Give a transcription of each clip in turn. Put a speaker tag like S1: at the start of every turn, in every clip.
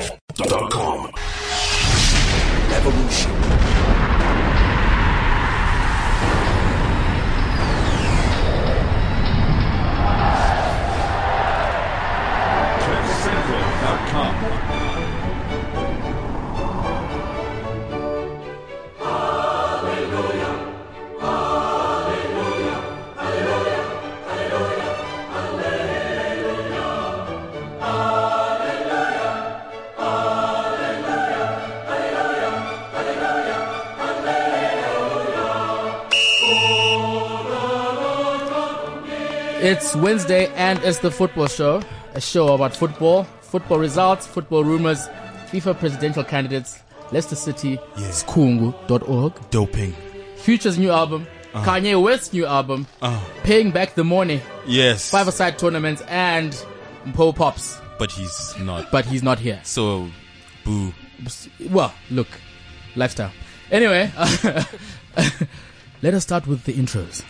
S1: CliffCentral.com.
S2: Evolution.
S3: It's Wednesday and it's the football show, a show about football, football results, football rumors, FIFA presidential candidates, Leicester City,
S4: Yeah.
S3: skungu.org,
S4: Doping. Uh-huh.
S3: Future's new album, Kanye West's new album, Paying Back the Money,
S4: Yes.
S3: five-a-side tournaments, and Mpo Pops.
S4: But he's not.
S3: But he's not here.
S4: So, boo.
S3: Well, look, lifestyle. Anyway, let us start with the intros.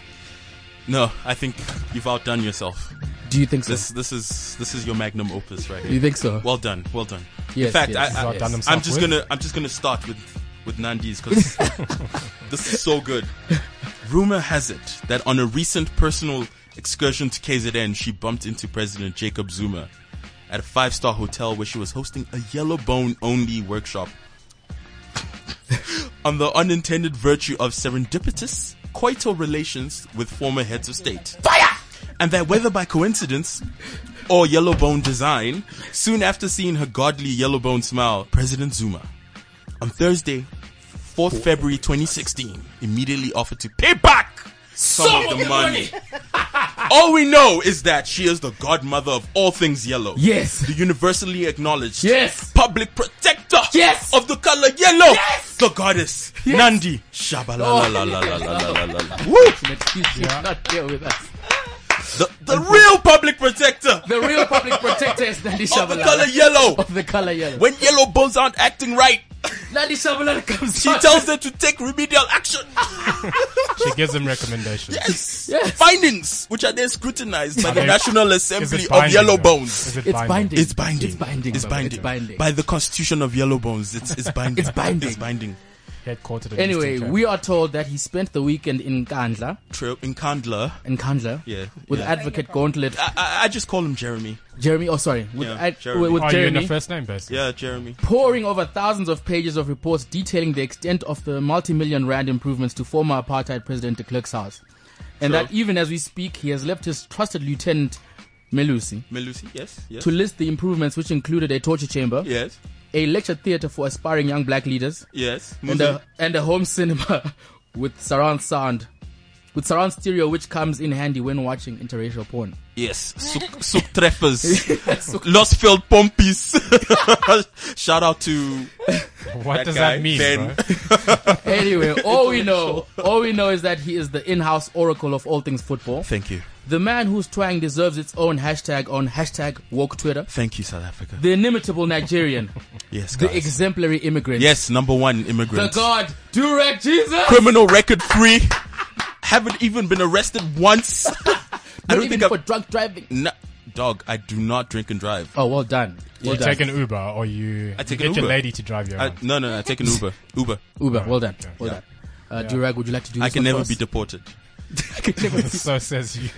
S4: No, I think you've outdone yourself.
S3: Do you think so?
S4: This this is this is your magnum opus right
S3: you
S4: here.
S3: think so?
S4: Well done, well done.
S3: Yes,
S4: In fact,
S3: yes.
S4: I, I,
S3: Outdone
S4: I'm just gonna I'm just gonna start with with Nandi's because this is so good. Rumor has it that on a recent personal excursion to KZN, she bumped into President Jacob Zuma at a five star hotel where she was hosting a yellow bone only workshop on the unintended virtue of serendipitous coital relations with former heads of state. Fire! And that whether by coincidence or yellow bone design, soon after seeing her godly yellow bone smile, President Zuma, on Thursday, 4th February 2016, immediately offered to pay back some, of the money. all we know is that she is the godmother of all things yellow.
S3: Yes.
S4: The universally acknowledged
S3: Yes.
S4: public protector
S3: Yes.
S4: of the color yellow.
S3: Yes. Oh.
S4: The goddess Nandi Shabalala.
S3: Excellent. He's he's not here with us.
S4: The the real public protector
S3: The real public protector is Nandi
S4: of the
S3: Shabalala.
S4: color yellow.
S3: Of the color yellow.
S4: When yellow bones aren't acting right,
S3: Nandi Shabalala comes
S4: she
S3: out.
S4: tells them to take remedial action.
S5: She gives them recommendations.
S4: Yes.
S3: Yes.
S4: Findings, which are then scrutinized by the
S5: they-
S4: National
S5: Is
S4: Assembly
S5: it
S4: of
S5: binding,
S4: Yellow
S5: though?
S4: Bones.
S5: Is it
S3: It's binding.
S4: It's binding.
S3: It's binding.
S4: It's
S3: Baba.
S4: binding.
S3: It's binding.
S4: By the Constitution of Yellow Bones, it's, it's binding.
S3: It's binding.
S4: It's binding.
S5: Headquartered in
S3: anyway,
S5: Eastern Cape.
S3: we are told that he spent the weekend in Kandla,
S4: Trail in Kandla.
S3: in Kandla,
S4: Yeah,
S3: with
S4: yeah.
S3: Advocate Gauntlet,
S4: I, I, I just call him Jeremy.
S3: Jeremy. Oh, sorry, with
S4: Yeah,
S3: ad,
S4: Jeremy.
S3: with
S5: Are Oh, you in
S3: Jeremy
S5: a first name basis?
S4: Yeah, Jeremy.
S3: pouring over thousands of pages of reports detailing the extent of the multi-million rand improvements to former apartheid president de Klerk's house, and
S4: True.
S3: that even as we speak, he has left his trusted lieutenant Melusi
S4: Melusi, yes, yes.
S3: to list the improvements, which included a torture chamber,
S4: Yes,
S3: a lecture theatre for aspiring young black leaders,
S4: yes.
S3: and a, and a home cinema with surround sound, with surround stereo, which comes in handy when watching interracial porn.
S4: Yes, Suk, Suk Treffers, Losfeld Pompis. Shout out to
S5: What
S4: that
S5: does
S4: guy,
S5: that mean,
S4: Ben.
S5: bro?
S3: Anyway, all we know, all we know is that he is the in-house oracle of all things football.
S4: thank you,
S3: The man whose twang deserves its own hashtag on hashtag walk Twitter.
S4: thank you, South Africa.
S3: The inimitable Nigerian,
S4: yes,
S3: the
S4: guys.
S3: exemplary immigrant,
S4: yes, number one
S3: the
S4: immigrant,
S3: God, Durek Jesus.
S4: criminal record free, haven't even been arrested once. I
S3: Not
S4: don't
S3: even
S4: think
S3: for
S4: I've.
S3: drunk driving.
S4: No, dog, I do not drink and drive.
S3: Oh, well done. Well
S5: You
S3: done.
S5: take an Uber or you,
S4: I take
S5: you
S4: an
S5: get
S4: Uber.
S5: your lady to drive you
S4: I,
S5: around.
S4: no, no, I take an Uber. Uber.
S3: Uber, well done.
S5: Okay.
S3: Well done. Uh, Durag, would you like to do
S4: I
S3: this
S4: can
S3: one
S4: never
S3: for
S4: be
S3: us?
S4: deported.
S3: I can never be-
S5: so says you.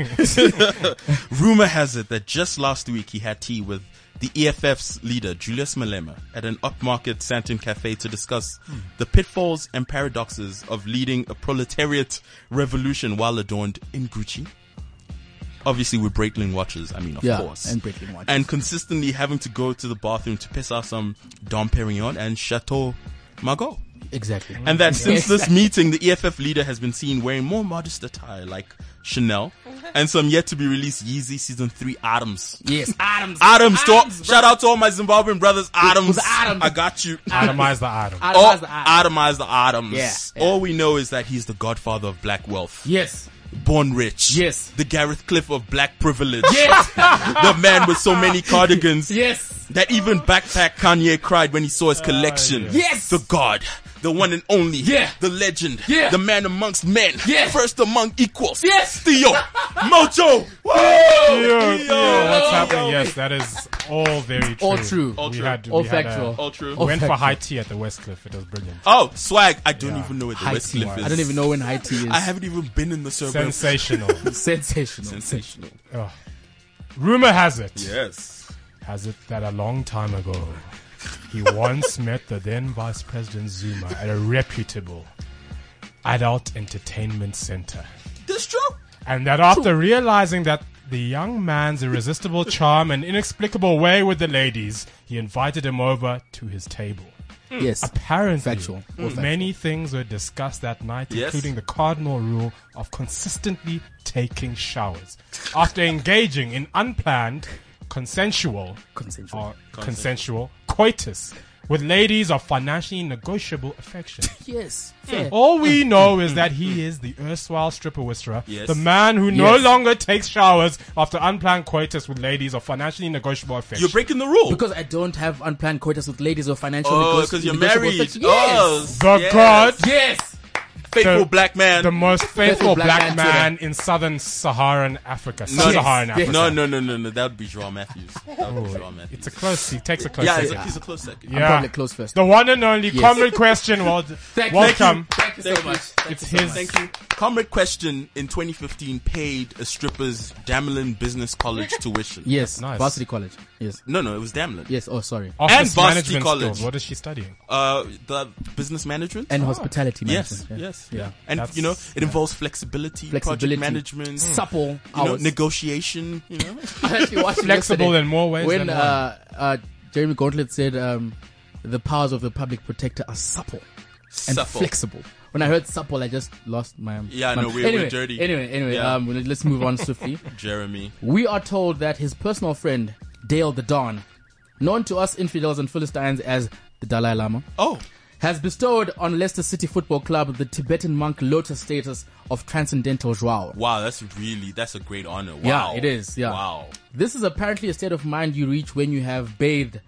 S4: Rumor has it that just last week he had tea with the EFF's leader, Julius Malema, at an upmarket Santon cafe to discuss the pitfalls and paradoxes of leading a proletariat revolution while adorned in Gucci. Obviously, with Breitling watches, I mean, of
S3: Yeah,
S4: course.
S3: and Breitling watches.
S4: And consistently having to go to the bathroom to piss out some Dom Perignon and Chateau Margaux.
S3: Exactly.
S4: And that since this meeting, the EFF leader has been seen wearing more modest attire like Chanel and some yet to be released Yeezy season three items.
S3: yes, Adams.
S4: Items, to,
S3: Adams,
S4: shout out to all my Zimbabwean brothers. Items,
S3: the Adams.
S4: I got you.
S5: Atomize the item.
S3: Adams
S4: All,
S3: has the Adams.
S4: atomize the items.
S3: Yeah, yeah.
S4: All we know is that he's the godfather of black wealth,
S3: Yes.
S4: born rich.
S3: Yes.
S4: The Gareth Cliff of black privilege.
S3: Yes.
S4: The man with so many cardigans
S3: yes.
S4: that even backpack Kanye cried when he saw his collection.
S5: yeah.
S3: Yes.
S4: The god, the one and only,
S3: Yeah.
S4: the legend,
S3: Yeah.
S4: the man amongst men,
S3: Yeah.
S4: first among equals,
S3: Yes.
S4: Theo, Mojo,
S5: Theo,
S4: Woo!
S5: Theo, what's happening? Yes, that is all very true.
S3: All true.
S4: All
S5: we
S4: true.
S5: Had,
S3: All
S5: we had
S3: factual.
S4: All true.
S5: A, we went for
S3: factual.
S5: high tea at the Westcliff. It was brilliant.
S4: Oh, swag! I don't
S5: Yeah.
S4: even know where the
S3: High
S4: West
S3: tea.
S4: Cliff is.
S3: I don't even know when high tea is.
S4: I haven't even been in the suburb.
S5: Sensational.
S3: Sensational.
S4: Sensational.
S5: Rumor has it,
S4: Yes.
S5: has it that a long time ago, he once met the then Vice President Zuma at a reputable adult entertainment center.
S4: This true.
S5: And that after realizing that the young man's irresistible charm and inexplicable way with the ladies, he invited him over to his table.
S3: Yes.
S5: Apparently,
S3: Factual. All factual.
S5: many things were discussed that night,
S4: Yes.
S5: including the cardinal rule of consistently taking showers after engaging in unplanned, consensual,
S3: Consensual.
S5: or consensual coitus with ladies of financially negotiable affection.
S3: Yes.
S4: Hmm.
S3: Fair.
S5: All we know is that he is the erstwhile stripper whisperer,
S4: Yes.
S5: the man who no
S3: Yes.
S5: longer takes showers after unplanned coitus with ladies of financially negotiable affection.
S4: You're breaking the rule.
S3: Because I don't have unplanned coitus with ladies or financial
S4: oh,
S3: negos-
S4: because you're
S3: negotiable
S4: married.
S3: sex-
S4: Oh,
S3: Yes.
S5: the
S4: yes.
S5: god,
S3: Yes.
S4: faithful
S5: the-
S4: black man.
S5: the most faithful
S3: black man
S5: black
S3: to
S5: man in southern Saharan Africa,
S4: No,
S5: sub-Saharan
S3: yes, yes.
S5: Africa.
S4: no, no, no, no, no. That would be Joel Matthews. That
S3: Oh,
S4: would be Joel Matthews.
S5: It's a close. He takes a close.
S4: yeah,
S5: second.
S4: it's- he's a close second.
S5: Yeah.
S3: Probably close first.
S5: The one and only
S3: Yes.
S5: comrade question. Well,
S3: Thank you.
S5: welcome.
S3: Thank you so much. Thank
S5: It's
S3: you so
S5: his-
S3: much.
S4: Thank you. Comrade Question in 2015 paid a stripper's Damlin Business College tuition.
S3: Yes.
S5: Nice.
S3: Varsity college. Yes.
S4: No, no, it was Damlin.
S3: Yes. Oh, sorry.
S5: Office
S4: Varsity
S5: management
S4: College.
S5: skills. What is she studying?
S3: Oh,
S4: Uh, the business management.
S3: And hospitality
S4: yes,
S3: management.
S4: yes,
S3: Yeah.
S4: And
S5: That's-
S4: you know, it involves flexibility,
S3: Flexibility. Hmm.
S4: project management,
S3: Supple
S4: you know,
S3: hours.
S4: negotiation. You know,
S3: I actually watched it
S5: Flexible
S3: yesterday
S5: in more ways
S3: when
S5: than one.
S3: uh, uh, Jeremy Gauntlet said um, the powers of the public protector are supple and
S4: supple.
S3: flexible. When I heard supple, I just lost my.
S4: Yeah, I
S3: my-
S4: know, we're- we're
S3: anyway,
S4: dirty.
S3: Anyway, anyway,
S4: Yeah.
S3: um, let's move on swiftly.
S4: Jeremy.
S3: We are told that his personal friend Dale the Don, known to us infidels and Philistines as the Dalai Lama,
S4: Oh,
S3: has bestowed on Leicester City Football Club the Tibetan monk lotus status of transcendental Joao.
S4: wow, that's really that's a great honor. Wow.
S3: Yeah, it is, yeah.
S4: Wow.
S3: This is apparently a state of mind you reach when you have bathed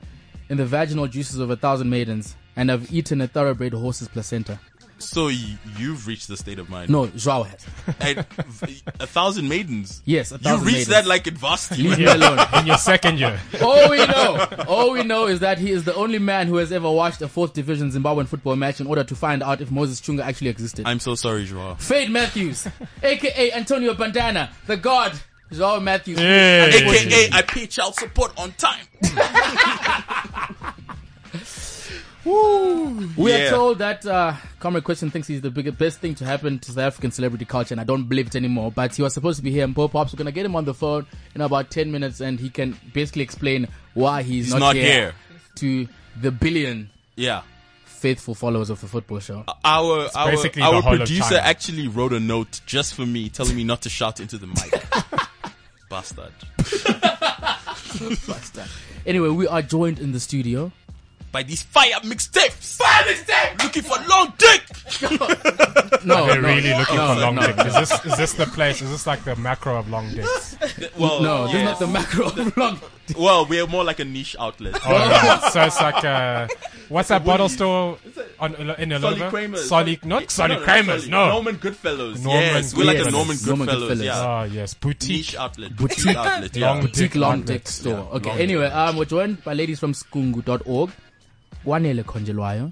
S3: in the vaginal juices of a thousand maidens and have eaten a thoroughbred horse's placenta.
S4: So you, you've reached the state of mind.
S3: No, Joao has.
S4: And v- a thousand maidens.
S3: Yes, a thousand
S4: you
S3: maidens.
S4: reached that like in varsity.
S3: Leave
S4: man.
S3: me alone.
S5: uh, In your second year.
S3: All we know, all we know is that he is the only man who has ever watched a fourth division Zimbabwean football match in order to find out if Moses Chunga actually existed.
S4: I'm so sorry, Joao.
S3: Fade Matthews, aka Antonio Bandana, the god, Joao Matthews.
S5: Hey.
S3: Unfortunately.
S4: AKA, I pay child support on time.
S3: We
S4: Yeah.
S3: are told that uh, Comrade Question thinks he's the biggest, best thing to happen to South African celebrity culture, and I don't believe it anymore. But he was supposed to be here, and Paul Pops. We're gonna get him on the phone in about ten minutes, and he can basically explain why he's,
S4: He's not here.
S3: to the billion
S4: Yeah.
S3: faithful followers of the football show.
S4: Uh, Our our,
S5: basically the
S4: our
S5: whole of
S4: producer
S5: China.
S4: actually wrote a note just for me, telling me not to shout into the mic. Bastard.
S3: Anyway, we are joined in the studio.
S4: By these fire mixtapes. Fire mixtape. Looking for long dick.
S3: No,
S5: They're
S3: no,
S5: really looking
S3: no,
S5: for long
S3: no,
S5: dick. Is this is this the place? Is this like the macro of long dicks?
S4: Well,
S3: No, this is
S4: yeah.
S3: not the macro of long.
S4: well, we're more like a niche outlet.
S5: Oh, no. So it's like uh, what's that bottle store on in
S4: Solly
S5: Ilova?
S4: Kramer's. Eh,
S5: Solly, not Solly Kramer's.
S4: Solly.
S5: No.
S4: Norman Goodfellows.
S5: Norman
S4: yes, we're like a
S3: Goodfellas.
S4: Norman
S3: Norman
S4: Goodfellows.
S3: Goodfellas.
S4: Yeah.
S5: Oh yes, boutique.
S4: niche outlet.
S3: Boutique.
S4: Boutique outlet. Yeah.
S5: Long dick
S3: Boutique long
S5: outlet.
S3: dick store.
S4: Yeah,
S3: okay.
S4: long
S3: Anyway,
S4: dick.
S3: um, we're joined by ladies from skungu.org. Wanele Konjelwayo.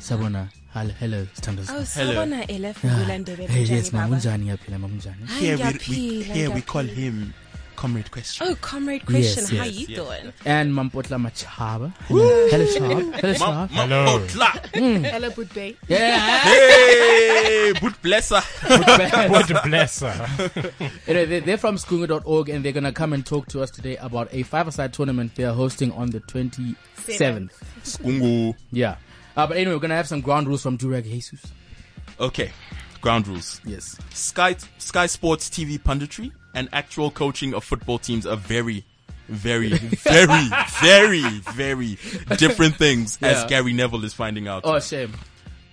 S3: Sabona. Hello, hello, standards.
S1: Oh,
S4: Hello.
S1: sawubona ele fungula ndebe
S3: Hey, yes,
S1: njani, baba?
S3: mamunjani yaphila mamunjani.
S1: Hayi,
S4: Here we, we,
S1: ngiyaphila,
S4: here we
S1: ngiyaphila.
S4: call him Comrade Question.
S1: Oh, comrade Christian,
S3: Yes,
S1: how
S3: yes,
S1: you
S4: yes.
S1: doing?
S3: And Mampotla Machaba. Hello, hello, Shab. Hello,
S4: Ma-
S3: Shab.
S4: ma-
S5: Hello.
S4: oh, clap.
S2: Hello, good day.
S3: Yeah.
S4: Hey, boot blesser.
S5: God bless her.
S3: Anyway, they- they're from skungu.org and they're going to come and talk to us today about a five-a-side tournament they're hosting on the 27th.
S4: Skungu.
S3: Yeah. Uh, but anyway, we're going to have some ground rules from Durag Jesus.
S4: Okay, ground rules.
S3: Yes.
S4: Sky Sky Sports TV punditry and actual coaching of football teams are very, very, very, very, very different things, as
S3: Yeah.
S4: Gary Neville is finding out.
S3: Oh, shame.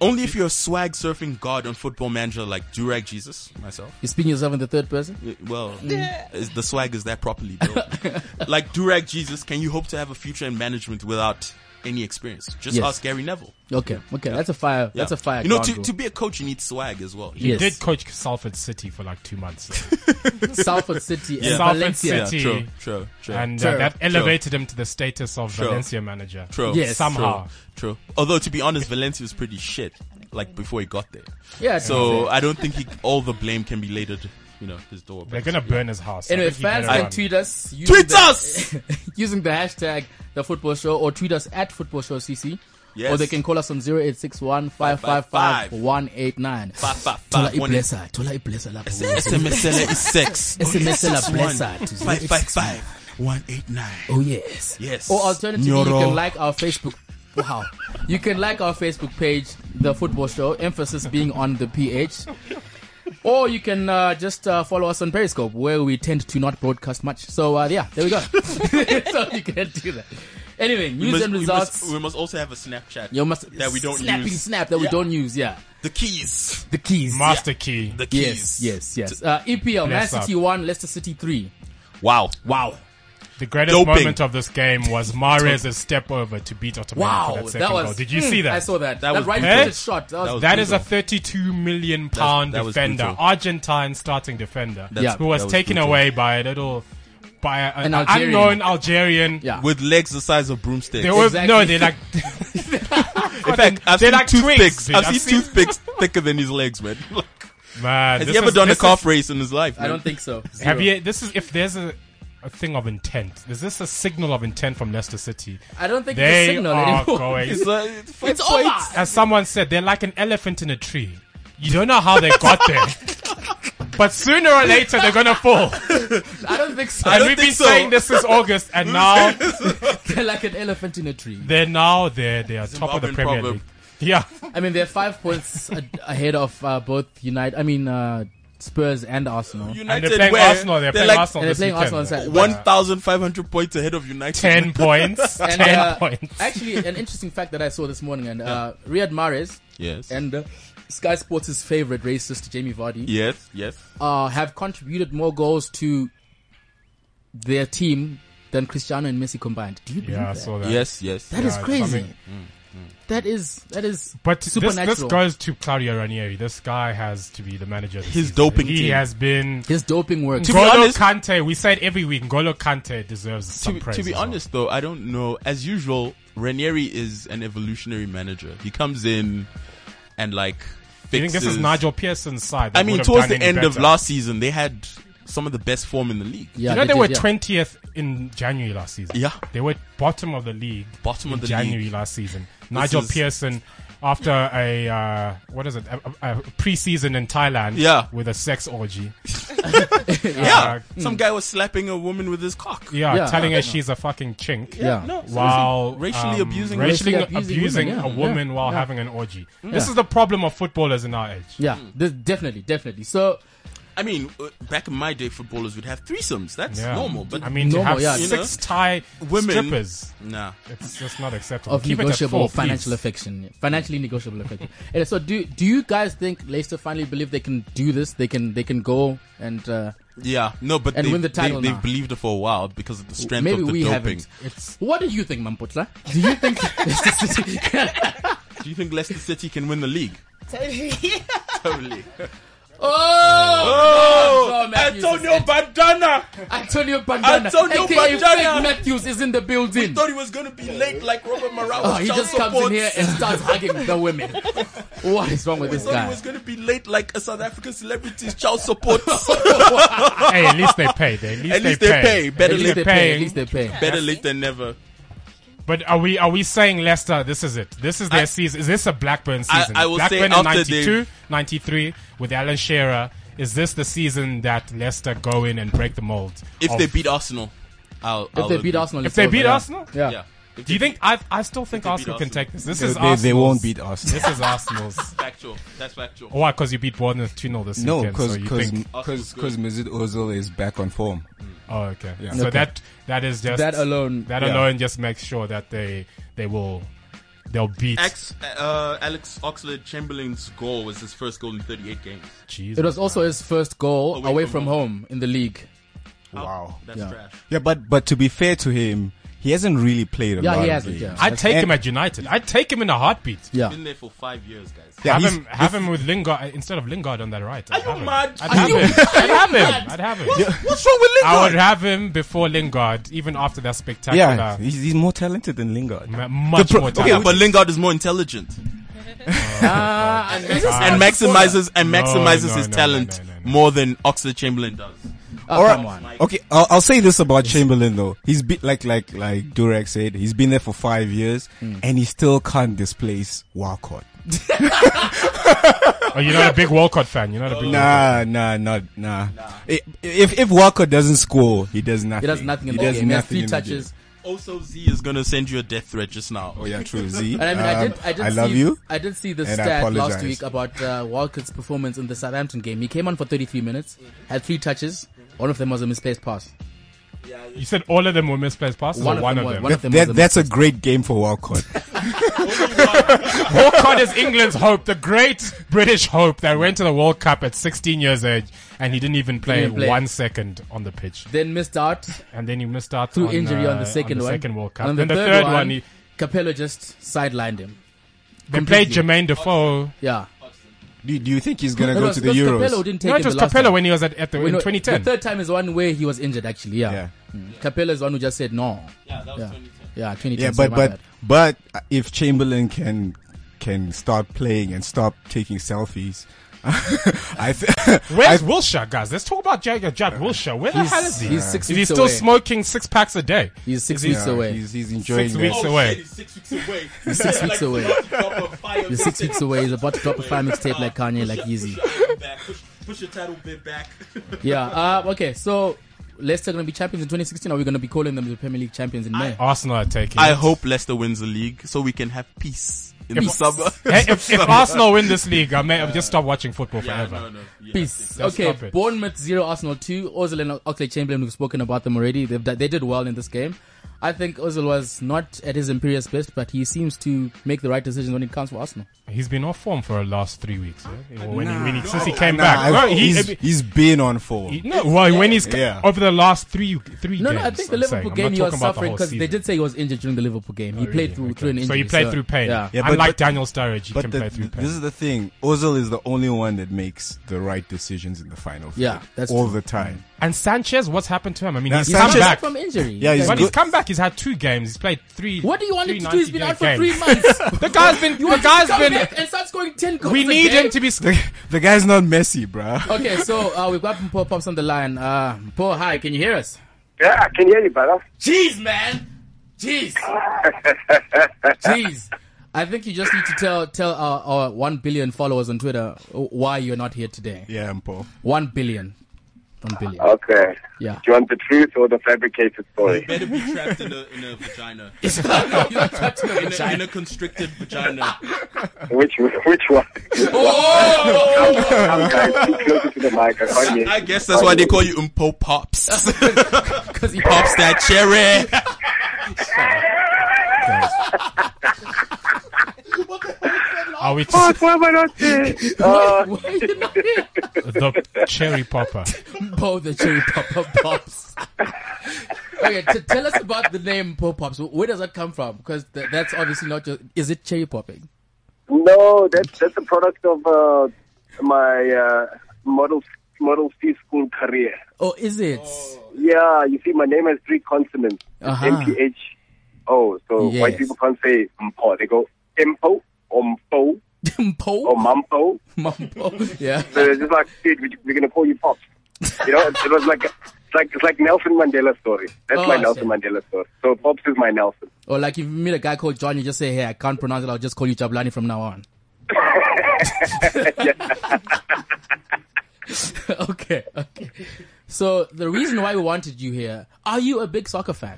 S4: Only if you're a swag surfing god on Football Manager like Durag Jesus, myself.
S3: You're speaking yourself in the third person?
S4: Y- Well, is the swag is that properly built. like Durag Jesus, can you hope to have a future in management without any experience. Just
S3: Yes.
S4: ask Gary Neville.
S3: Okay, okay, that's a fire.
S4: Yeah.
S3: That's a fire.
S4: You know,
S3: ground
S4: to,
S3: rule.
S4: to be a coach, you need swag as well.
S5: He
S3: Yes.
S5: did coach Salford City for like two months.
S3: Salford City and
S4: Yeah.
S5: Salford
S3: Valencia.
S4: Yeah,
S5: City.
S4: true, true, true.
S5: and
S3: True.
S5: uh, that elevated him to the status of
S4: True.
S5: Valencia manager.
S4: true.
S3: Yes.
S5: Somehow.
S4: True. Although, to be honest, Valencia was pretty shit, like, before he got there.
S3: Yeah.
S4: So, I don't think he, all the blame can be laid at, you know, his door.
S5: They're going to burn his house. I
S3: Anyway,
S5: think he better
S3: fans can
S5: run.
S3: tweet us. using
S4: Tweet
S3: the-
S4: us!
S3: using the hashtag the football show or tweet us at football show CC.
S4: Yes.
S3: Or they can call us on 0861 555 189.
S4: Five, five,
S3: Thola
S4: five, one-
S3: iblesa, thola iblesa lapho.
S4: SMS is six.
S3: SMS la blessa to
S4: Five five five one eight nine.
S3: Oh yes.
S4: Yes.
S3: Or alternatively, you
S4: Nyoro.
S3: can like our Facebook. Wow. You can like our Facebook page, The Football Show, emphasis being on the PH. Or you can uh, just uh, follow us on Periscope, where we tend to not broadcast much. So uh, yeah, there we go. so you can do that. Anyway, news
S4: We must,
S3: and
S4: we,
S3: results.
S4: must, we must also have a Snapchat
S3: you must
S4: that we don't
S3: snapping
S4: use.
S3: snap that we
S4: Yeah.
S3: don't use. Yeah,
S4: The keys.
S3: the keys.
S5: Master Key.
S4: The keys.
S3: Yes, yes, yes. Uh, EPL: Man
S5: Bless up.
S3: City one, Leicester City three.
S4: Wow. Wow.
S5: The greatest
S4: Doping.
S5: moment of this game was Mares' step over to beat Otamendi
S3: Wow,
S5: for that second
S3: that was.
S5: goal. Did you
S3: Mm,
S5: see
S3: I
S5: that?
S3: saw that.
S4: That
S3: That,
S4: was
S3: right
S5: brutal.
S3: footed shot. That was,
S4: That was
S5: That is a
S4: brutal.
S5: 32 million pound
S4: that was
S5: defender,
S4: brutal.
S5: Argentine starting defender,
S4: That's-
S5: who was,
S4: that was
S5: taken
S4: brutal.
S5: away by a little, by a, an,
S3: An Algerian.
S5: unknown Algerian.
S3: Yeah.
S4: With legs the size of broomsticks.
S5: They were no,
S3: Exactly.
S5: they're like
S4: In fact, I've seen
S5: they're like twigs,
S4: toothpicks.
S5: dude.
S4: I've,
S5: I've
S4: seen,
S5: seen-
S4: toothpicks thicker than his legs, man. Like,
S5: man.
S4: Has
S5: this
S4: he ever
S5: is-
S4: done a
S5: this
S4: calf race in his life?
S3: I don't think so.
S5: Is, have you? This is if there's a, a thing of intent. Is this a signal of intent from Leicester City?
S3: I don't think
S5: They
S3: it's a signal
S5: are
S3: anymore.
S5: going.
S4: It's, like,
S3: It's over.
S5: As someone said, they're like an elephant in a tree. You don't know how they got there, but sooner or later they're gonna fall.
S3: I don't think so.
S5: And
S4: don't think
S5: we've been
S4: so.
S5: saying this since August, and now
S3: They're like an elephant in a tree.
S5: they're now there. They are top of the
S4: Zimbabwean
S5: Premier
S4: proverb.
S5: League. Yeah,
S3: I mean, they're five points a- ahead of uh, both United. I mean, uh, Spurs and Arsenal.
S5: and
S4: United
S5: they're playing
S4: where
S5: Arsenal. They're, playing
S4: like
S5: Arsenal.
S3: and they're
S5: this
S3: playing
S5: weekend.
S3: Arsenal on Saturday.
S4: One thousand five hundred points ahead of United.
S5: Ten points.
S3: And,
S5: ten
S3: uh,
S5: points.
S3: Actually, an interesting fact that I saw this morning, and uh, Riyad Mahrez
S4: Yes.
S3: and uh, Sky Sports' favorite racist Jamie Vardy
S4: yes. Yes.
S3: uh, have contributed more goals to their team than Cristiano and Messi combined. Do you believe
S5: Yeah, I
S3: that?
S5: saw that.
S4: Yes. Yes.
S3: That is
S5: Yeah, I
S3: crazy.
S5: mean-
S3: That is that is
S5: But this,
S3: supernatural.
S5: this goes to Claudio Ranieri. This guy has to be the manager. This
S4: His
S5: season.
S4: doping
S5: He
S4: team.
S5: has been.
S3: His doping works.
S4: be
S5: N'Golo
S4: honest-
S5: Kante. We said every week N'Golo Kante deserves some
S4: to,
S5: praise.
S4: to be
S5: as well.
S4: honest, though, I don't know. As usual, Ranieri is an evolutionary manager. He comes in and like fixes.
S5: you think this is Nigel Pearson's side? that
S4: I mean,
S5: would have
S4: towards
S5: done
S4: the
S5: any
S4: end of
S5: better?
S4: last season, they had some of the best form in the league.
S3: yeah,
S5: You know they, were
S3: did, yeah.
S5: twentieth in January last season.
S4: Yeah.
S5: they were bottom of the league.
S4: Bottom
S5: in
S4: of the
S5: January
S4: league.
S5: last season. Nigel
S4: is-
S5: Pearson, after a uh, what is it, a, a, a preseason in Thailand,
S4: Yeah.
S5: with a sex orgy,
S4: Yeah,
S5: Uh,
S4: some guy was slapping a woman with his cock.
S5: yeah,
S3: Yeah,
S5: telling
S3: I
S5: her
S3: know.
S5: she's a fucking chink,
S3: Yeah.
S4: No, seriously.
S5: while
S4: racially
S5: um,
S4: abusing.
S5: racially
S3: Racially abusing
S5: abusing
S3: women, yeah,
S5: a woman
S3: yeah,
S5: while
S3: yeah.
S5: having an orgy. This
S3: Yeah.
S5: is the problem of footballers in our age.
S3: Yeah, this, definitely, definitely. So
S4: I mean, uh, back in my day, footballers would have threesomes. That's
S5: Yeah.
S4: normal. But
S5: I mean,
S3: Normal,
S5: to
S3: yeah.
S5: have
S3: You
S5: six Thai
S4: Women-
S5: strippers,
S4: nah.
S5: it's just not acceptable.
S3: of
S5: Keep it at
S3: negotiable
S5: four, please.
S3: financial affection, financially negotiable affection. and so, do do you guys think Leicester finally believe they can do this? They can they can go and uh,
S4: Yeah, no, but
S3: And
S4: they,
S3: win the title
S4: they,
S3: now.
S4: have believed it for a while because of the strength
S3: maybe
S4: of the
S3: we
S4: doping.
S3: haven't.
S5: It's
S3: What do you think, Mamputla? Do you think Leicester City?
S4: Do you think Leicester City can win the league? Totally.
S3: Oh,
S4: Oh,
S3: God, Matthews is
S4: Antonio Bandana!
S3: Antonio Bandana,
S4: Antonio
S3: aka
S4: Bandana.
S3: Fake Matthews, is in the building.
S4: Thought he was gonna be late like Robert Morales.
S3: Oh, he just comes in here and starts hugging the women. What is wrong with this
S4: Thought
S3: guy?
S4: he was gonna be late like a South African celebrity's child support.
S5: hey, at least they pay. They, at least,
S4: At least they pay. Better
S3: At least
S4: late,
S3: they
S5: they're
S3: pay. At
S5: paying.
S3: least they pay.
S4: better late than never.
S5: But are we are we saying Leicester? This is it. This is their
S4: I-
S5: season. Is this a Blackburn season?
S4: I will say
S5: Blackburn in
S4: after they-
S5: 92, 93 with Alan Shearer. Is this the season that Leicester go in and break the mold?
S4: If
S5: of-
S4: they beat Arsenal, I'll.
S3: If
S4: I'll
S3: they beat
S4: agree.
S3: Arsenal,
S5: if
S3: it's
S5: they
S3: over,
S5: beat
S3: yeah.
S5: Arsenal,
S3: yeah.
S4: yeah. If
S5: do you think I I still think Arsenal can
S4: Arsenal.
S5: take this? This
S2: They,
S5: is
S2: they,
S5: Arsenal's.
S2: they won't beat us.
S5: This is Arsenal's.
S4: Factual. That's factual.
S5: Why? Because you beat Bournemouth two 0 this
S2: No,
S5: weekend.
S2: because
S5: so you
S2: because
S5: think,
S4: Arsenal's good.
S2: because Mesut Ozil is back on form.
S5: oh okay.
S2: Yeah.
S5: So
S3: Okay.
S5: that that is just
S3: That alone.
S5: That
S2: Yeah.
S5: alone just makes sure that they they will they'll beat.
S4: Ex, uh, Alex Oxlade Chamberlain's goal was his first goal in 38 games.
S5: Jesus.
S3: It was also his first goal away,
S4: Away
S3: from,
S4: from
S3: home in the league.
S4: Wow. That's
S3: Yeah.
S4: trash.
S2: Yeah, but but to be fair to him, He hasn't really played a
S3: Yeah,
S2: lot
S3: he
S2: of
S3: hasn't,
S2: games.
S3: yeah.
S5: I'd take
S2: and-
S5: him at United. I'd take him in a heartbeat.
S3: Yeah.
S4: Been there for five years, guys.
S2: Yeah,
S5: have
S2: he's-
S5: him, have him with Lingard instead of Lingard on that right. I'd
S4: you
S5: have him.
S4: mad?
S5: I'd
S4: Are
S5: have
S4: you-
S5: him. I'd have him. I'd have him.
S4: What's wrong with
S5: I would
S4: Lingard?
S5: have him before Lingard, even after that spectacular.
S2: yeah, he's, he's more talented than Lingard.
S5: m- Much
S2: The pro-
S5: more
S2: okay,
S5: time.
S4: yeah, but Lingard is more intelligent and maximizes and
S5: Ah. No,
S4: maximizes
S5: no,
S4: his
S5: no, no,
S4: talent
S5: no, no, no.
S4: more than Oxlade Chamberlain does.
S3: Oh, come on.
S2: Okay, I'll, I'll say this about Chamberlain though. He's be, like like like Durek said. He's been there for five years,
S5: Hmm.
S2: and he still can't displace Walcott.
S5: oh, you're not a big Walcott fan. You're not a big.
S2: Nah, nah, not nah. I- If if Walcott doesn't score, he does nothing.
S3: He does nothing in
S2: He
S3: the
S2: does
S3: game. He has
S2: nothing
S3: three
S2: in the game.
S3: touches.
S4: Also, Z is gonna send you a death threat just now.
S2: Oh yeah, true. Z.
S3: And I mean, I
S2: um,
S3: did, I did see,
S2: love you.
S3: I did see the
S2: and I
S3: stat last
S2: apologize.
S3: week about uh, Walcott's performance in the Southampton game. He came on for 33 minutes, had three touches. One of them was a misplaced pass.
S5: You said all of them were misplaced passes.
S3: One
S5: or
S3: of
S5: one
S3: them
S5: of
S3: were-
S5: them.
S3: one of them was
S2: That,
S3: a
S2: that's a great game for Walcott.
S5: Walcott is England's hope, the great British hope that went to the World Cup at 16 years age, and he didn't even play,
S3: Didn't play.
S5: one second on the pitch.
S3: Then missed out
S5: And then he missed out
S3: through
S5: on,
S3: injury
S5: uh,
S3: on the second
S5: on the
S3: one.
S5: second World Cup.
S3: And on
S5: then the third, one, he,
S3: Capello just sidelined him.
S5: they played
S3: completely.
S5: Jermaine Defoe.
S3: Yeah.
S2: do, do you think he's gonna go
S3: Because-
S2: to the
S3: because
S2: Euros?
S3: Capello didn't take
S5: No,
S3: him
S5: it was
S3: the last
S5: Capello
S3: time.
S5: when he was at, at the,
S3: When-
S5: in
S3: The
S5: 2010.
S3: third time is one where he was injured, actually. Yeah.
S2: Yeah.
S3: Capello is one who just said no.
S4: Yeah, that was
S3: Yeah. Yeah, 2010.
S2: Yeah,
S3: sorry,
S2: but
S3: my
S2: but
S3: bad.
S2: but if Chamberlain can can start playing and stop taking selfies, I th-
S5: Where's Wilshire, guys? Let's talk about Jack, Jack Wilshire. Where the
S3: Uh, He's-
S5: hell is he?
S3: he's six
S5: is he
S3: weeks
S5: still
S3: away.
S5: smoking six packs a day?
S3: he's six
S5: Is he-
S3: weeks away.
S2: he's, he's enjoying
S5: Six
S2: that.
S5: weeks
S4: Oh,
S5: away.
S4: shit, he's six weeks away.
S3: six weeks away.
S4: away.
S3: He's six weeks away. He's about to drop a fire mixtape like Kanye, like Yeezy.
S4: Push, push your title bit back.
S3: Yeah. Uh, okay. So Leicester going to be champions in 2016. Or are we going to be calling them the Premier League champions in May?
S5: Arsenal are taking.
S4: I
S5: it.
S4: hope Leicester wins the league so we can have peace in the
S5: Peace.
S4: summer.
S5: Hey, if, if Arsenal win this league, I may I'll just stop watching football forever.
S3: Peace.
S5: Let's
S3: Okay.
S5: stop it.
S3: Bournemouth zero, Arsenal two. Ozil and Oxlade Chamberlain. We've spoken about them already. They've, d- they did well in this game. I think Ozil was not at his imperious best, but he seems to make the right decisions when it comes for Arsenal.
S5: He's been off form for the last three weeks. Yeah? When he, when he, since he
S2: Nah,
S5: came
S2: nah,
S5: back,
S2: I-
S5: no, he,
S2: he's, he's been on form.
S5: he- no, well, when he's
S2: Yeah.
S5: over the last three three
S3: No,
S5: games.
S3: no, I think the
S5: I'm saying.
S3: Liverpool
S5: I'm
S3: game
S5: not
S3: he was
S5: talking about the
S3: suffering
S5: whole
S3: because they
S5: season.
S3: did say he was injured during the Liverpool game. he played
S5: really?
S3: through,
S5: Okay.
S3: through an
S5: So
S3: injury.
S5: he played through pain.
S3: Yeah.
S2: Yeah, but-
S5: Unlike
S2: but-
S5: Daniel Sturridge, he
S2: but
S5: can
S2: the,
S5: play through pain.
S2: this is the thing. Ozil is the only one that makes the right decisions in the final.
S3: Yeah,
S2: third
S3: that's
S2: all
S3: true.
S2: the time.
S5: and Sanchez, what's happened to him? I mean,
S2: Nah,
S5: he's
S3: He's
S5: come
S2: Sanchez-
S5: back.
S3: just from injury.
S2: Yeah, he's
S5: When
S2: good.
S5: he's come back, he's had two games. He's played three.
S3: What do you want him to do?
S5: three
S3: He's been out
S5: 90
S3: for three
S5: games.
S3: months.
S5: The guy's been.
S3: You
S5: The
S3: want him to
S5: guy's
S3: come
S5: been.
S3: back and start scoring ten goals.
S5: We
S3: a
S5: need
S3: game?
S5: him to be. s-
S2: The, the guy's not messy, bruh.
S3: Okay, so uh, we've got Paul Pops on the line. Uh, Paul, hi, can you hear us?
S6: Yeah, I can hear you, brother.
S3: Jeez, man, jeez, jeez. I think you just need to tell tell our, our one billion followers on Twitter why you're not here today.
S2: Yeah, Uh, I'm Paul.
S3: One billion, one billion.
S6: Okay.
S3: Yeah.
S6: Do you want the truth or the fabricated story?
S4: Better be trapped in a, in a vagina.
S3: No, you're not touching the
S4: In a, in
S3: vagina.
S4: a constricted vagina.
S6: Which which one? I'm trying to be closer to the mic. I can't hear.
S4: I guess that's why they call you Umpo Pops.
S3: Because he
S4: Pops that cherry.
S5: Are we
S6: Fuck, why am I not there? Uh,
S3: Why are you not here?
S5: the cherry popper?
S3: Paul the Cherry Popper Pops. okay, t- tell us about the name Paul Pops. Where does that come from? Because th- that's obviously not just. Is it cherry popping?
S6: no, that's that's a product of uh, my uh, model model C school career.
S3: Or is it?
S6: Oh. Yeah, you see, my name has three consonants.
S3: Uh-huh.
S6: MPH. Oh, so
S3: Yes.
S6: white people can't say mpo. They go mpo or mpo or
S3: Mpo?
S6: mampo.
S3: Mampo? Yeah.
S6: So they're just like, dude, we, we're gonna call you pops. You know, it, it was like, it's like it's like Nelson Mandela story. That's
S3: Oh,
S6: my
S3: I
S6: Nelson
S3: see.
S6: Mandela story. So pops is my Nelson.
S3: Or like if you meet a guy called John, you just say, hey, I can't pronounce it, I'll just call you Jablani from now on. okay, okay. So the reason why we wanted you here, are you a big soccer fan?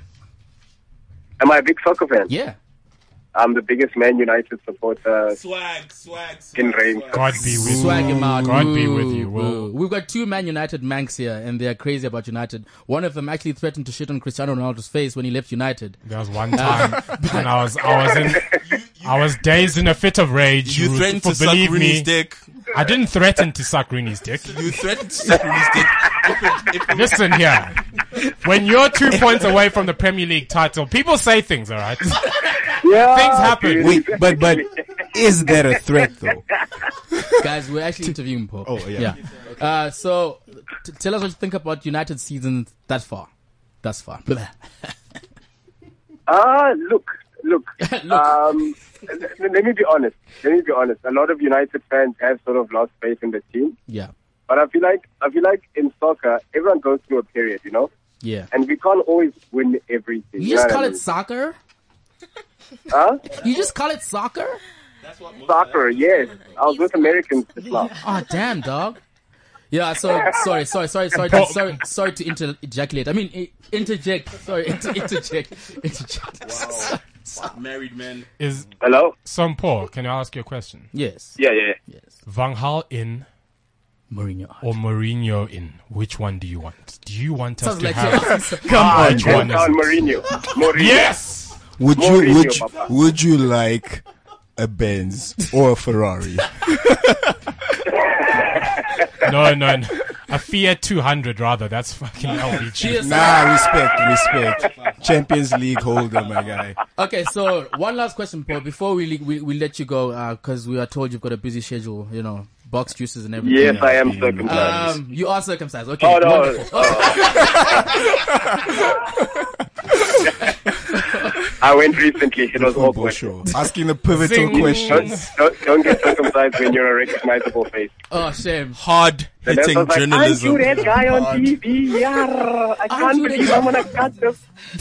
S6: Am I a big soccer fan?
S3: Yeah.
S6: I'm the biggest Man United supporter.
S4: Swag, swag, swag.
S6: In rain.
S4: swag.
S5: God be with
S3: Swag him out.
S5: God Mm, be with
S3: Woo,
S5: you.
S3: woo.
S5: Well,
S3: We've got two Man United manks here, and they're crazy about United. One of them actually threatened to shit on Cristiano Ronaldo's face when he left United.
S5: there was one time when I was I was in I was dazed in a fit of rage.
S4: You threatened to suck
S5: believe
S4: Rooney's
S5: me,
S4: dick.
S5: I didn't threaten to suck Rooney's dick.
S4: You threatened to suck Rooney's dick. If it- if it-
S5: Listen here. When you're two points away from the Premier League title, people say things, all right? Things
S6: Yeah,
S5: happen.
S2: Wait, but but is that a threat though?
S3: Guys, we're actually interviewing Paul.
S2: Oh, yeah.
S3: Uh, so, t- tell us what you think about United season that far. Thus far. Blah.
S6: Ah, look, look. Um, l- l- let me be honest. Let me be honest. A lot of United fans have sort of lost faith in the team,
S3: yeah.
S6: but I feel like I feel like in soccer, everyone goes through a period, you know.
S3: Yeah.
S6: And we can't always win everything.
S3: You just
S6: know
S3: call
S6: what I
S3: it soccer?
S6: Huh?
S3: You just call it soccer?
S6: mean? soccer. Yes, I was with Americans just now.
S3: Oh, damn, dog. Yeah, so sorry, sorry, sorry, sorry,
S5: Paul-
S3: sorry, sorry to inter- ejaculate. I mean, i- interject. Sorry, inter- interject, interject.
S4: Married men.
S5: Is
S6: Hello.
S5: some poor? Can I ask you a question?
S3: Yes,
S6: Yeah, yeah. yeah.
S5: Van Gaal in
S3: Mourinho.
S5: or Mourinho in? Which one do you want? Do you want us
S3: Sounds
S5: to
S3: like
S5: have?
S3: you're-
S5: Come on, which
S6: Hands
S5: one
S6: down,
S5: is it?
S6: Mourinho. Mourinho.
S5: Yes.
S2: Would
S6: Mourinho,
S2: you would you,
S6: Papa.
S2: would you like a Benz or a Ferrari?
S5: No, no, no. A Fiat 200 rather. That's fucking LBG.
S3: Cheers.
S2: nah, respect, respect. Champions League holder, my guy.
S3: Okay, so one last question, Paul. Before we we, we let you go, because we are told you've got a busy schedule. You know, box juices and everything.
S6: Yes, I am circumcised.
S3: Um, you are circumcised. Okay.
S6: oh no.
S3: wonderful.
S6: I went recently. It was
S2: Football
S6: awkward.
S2: show. Oh, Asking the pivotal
S5: Zing.
S2: question.
S6: Don't, don't, don't get circumcised when you're a recognizable face.
S3: Oh, shame.
S4: Hard
S6: And that's
S4: hitting
S6: what's like,
S4: journalism.
S6: Aren't you that guy on TV? Yarr, I can't
S3: you that
S6: believe
S3: guy?
S6: I'm gonna cut the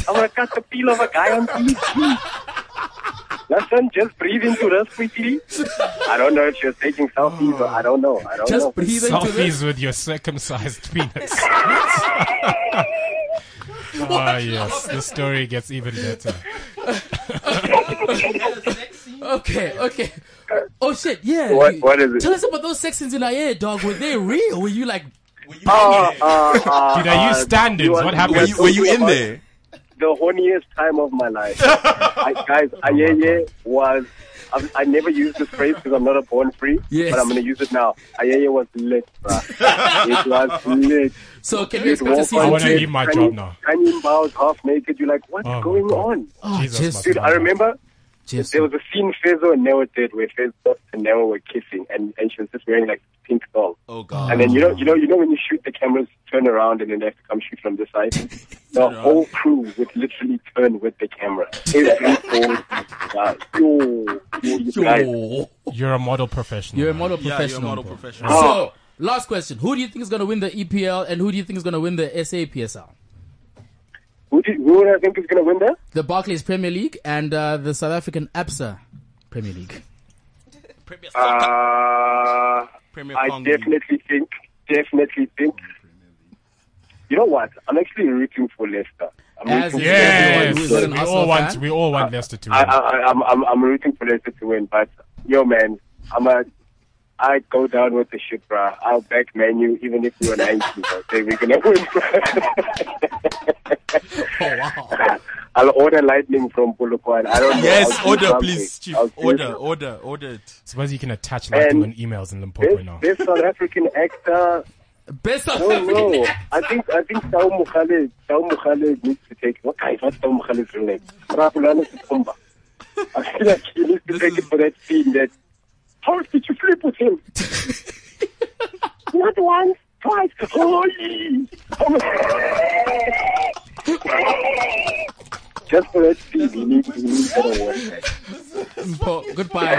S6: I'm gonna cut the peel of a guy on TV. Listen, just breathe into this quickly. I don't know if she was taking selfies or I don't know. I don't know.
S3: Just breathe into this.
S5: Selfies with your circumcised penis. Ah yes, the story gets even better.
S3: Okay, okay. Oh shit, yeah.
S6: Uh, What-
S3: You-
S6: what is it?
S3: Tell us about those sex scenes in our air, dog. Were they real? Were you like,
S6: Uh, uh, uh,
S5: Did I use
S6: uh,
S5: standards?
S6: you are-
S5: What
S4: Were
S5: happened?
S4: you, were you in there?
S6: The horniest time of my life. I, guys,
S5: Oh
S6: Ayeye was. I, I never used this phrase because I'm not a porn free,
S3: Yes.
S6: but I'm going to use it now. Ayeye was lit, bruh. it was lit.
S3: so can we
S6: You'd
S3: expect a
S6: walk
S5: I
S3: season
S5: wanna
S6: on
S3: two?
S5: leave my
S6: Kanye-
S5: job now.
S6: Kanye Miles half naked. You're like, what's
S5: Oh, my
S6: going
S5: God.
S6: on?
S5: Jesus,
S3: Oh, just-
S5: my
S6: Dude, I
S5: God.
S6: remember
S3: Jeez.
S6: there was a scene Fizzo and Neo did where Fizzo and Neo were kissing, and, and she was just wearing like pink doll.
S4: Oh god.
S6: And then you know, you know, you know when you shoot, the cameras turn around, and then they have to come shoot from this side. The whole crew would literally turn with the camera. Every single guy. Yo, yo, you guys.
S3: Yo.
S5: You're a model professional.
S3: You're a
S5: man.
S3: model
S4: Yeah, you're a
S3: professional.
S4: model
S3: bro.
S6: Ah.
S4: professional.
S3: So, last question. Who do you think is going to win the EPL and who do you think is going to win the SAPSL?
S6: Who, do, who do I think is gonna win that?
S3: The Barclays Premier League and uh, the South African APSA Premier League.
S6: Uh,
S4: Premier
S6: I
S4: Congo.
S6: definitely think, definitely think. You know what? I'm actually rooting for Leicester. I'm
S3: As
S6: rooting
S3: is
S6: for
S5: Yes,
S3: Everyone who's not an
S5: we
S3: Arsenal
S5: all want
S3: fan?
S5: we all
S6: Uh,
S5: want Leicester to
S6: I,
S5: win.
S6: I, I'm, I'm, I'm rooting for Leicester to win, but yo, man, I'm a, I go down with the shit, bruh. I'll back Manu even if we were 19. I'll say we're gonna win, bruh.
S3: Oh, wow.
S6: I'll order lightning from Polokwane. I don't know.
S4: Yes,
S6: I'll do
S4: order,
S6: something.
S4: please, chief.
S6: I'll do
S4: Order,
S6: something.
S4: order, order it.
S5: Suppose you can attach Latin and emails in Limpopo now.
S6: Best, best South African actor.
S3: Best South
S6: Oh
S3: African.
S6: no, I think I think Tau Mukhaled, Tau Mukhaled needs to take. What guy? What's Tau Mukhaled's real name? Rapulana Situmba. I feel like he needs to take it for that scene. That how did you sleep with him? Not once, twice. Holy! Just for that scene, he needs he needs that award.
S3: Paul, goodbye.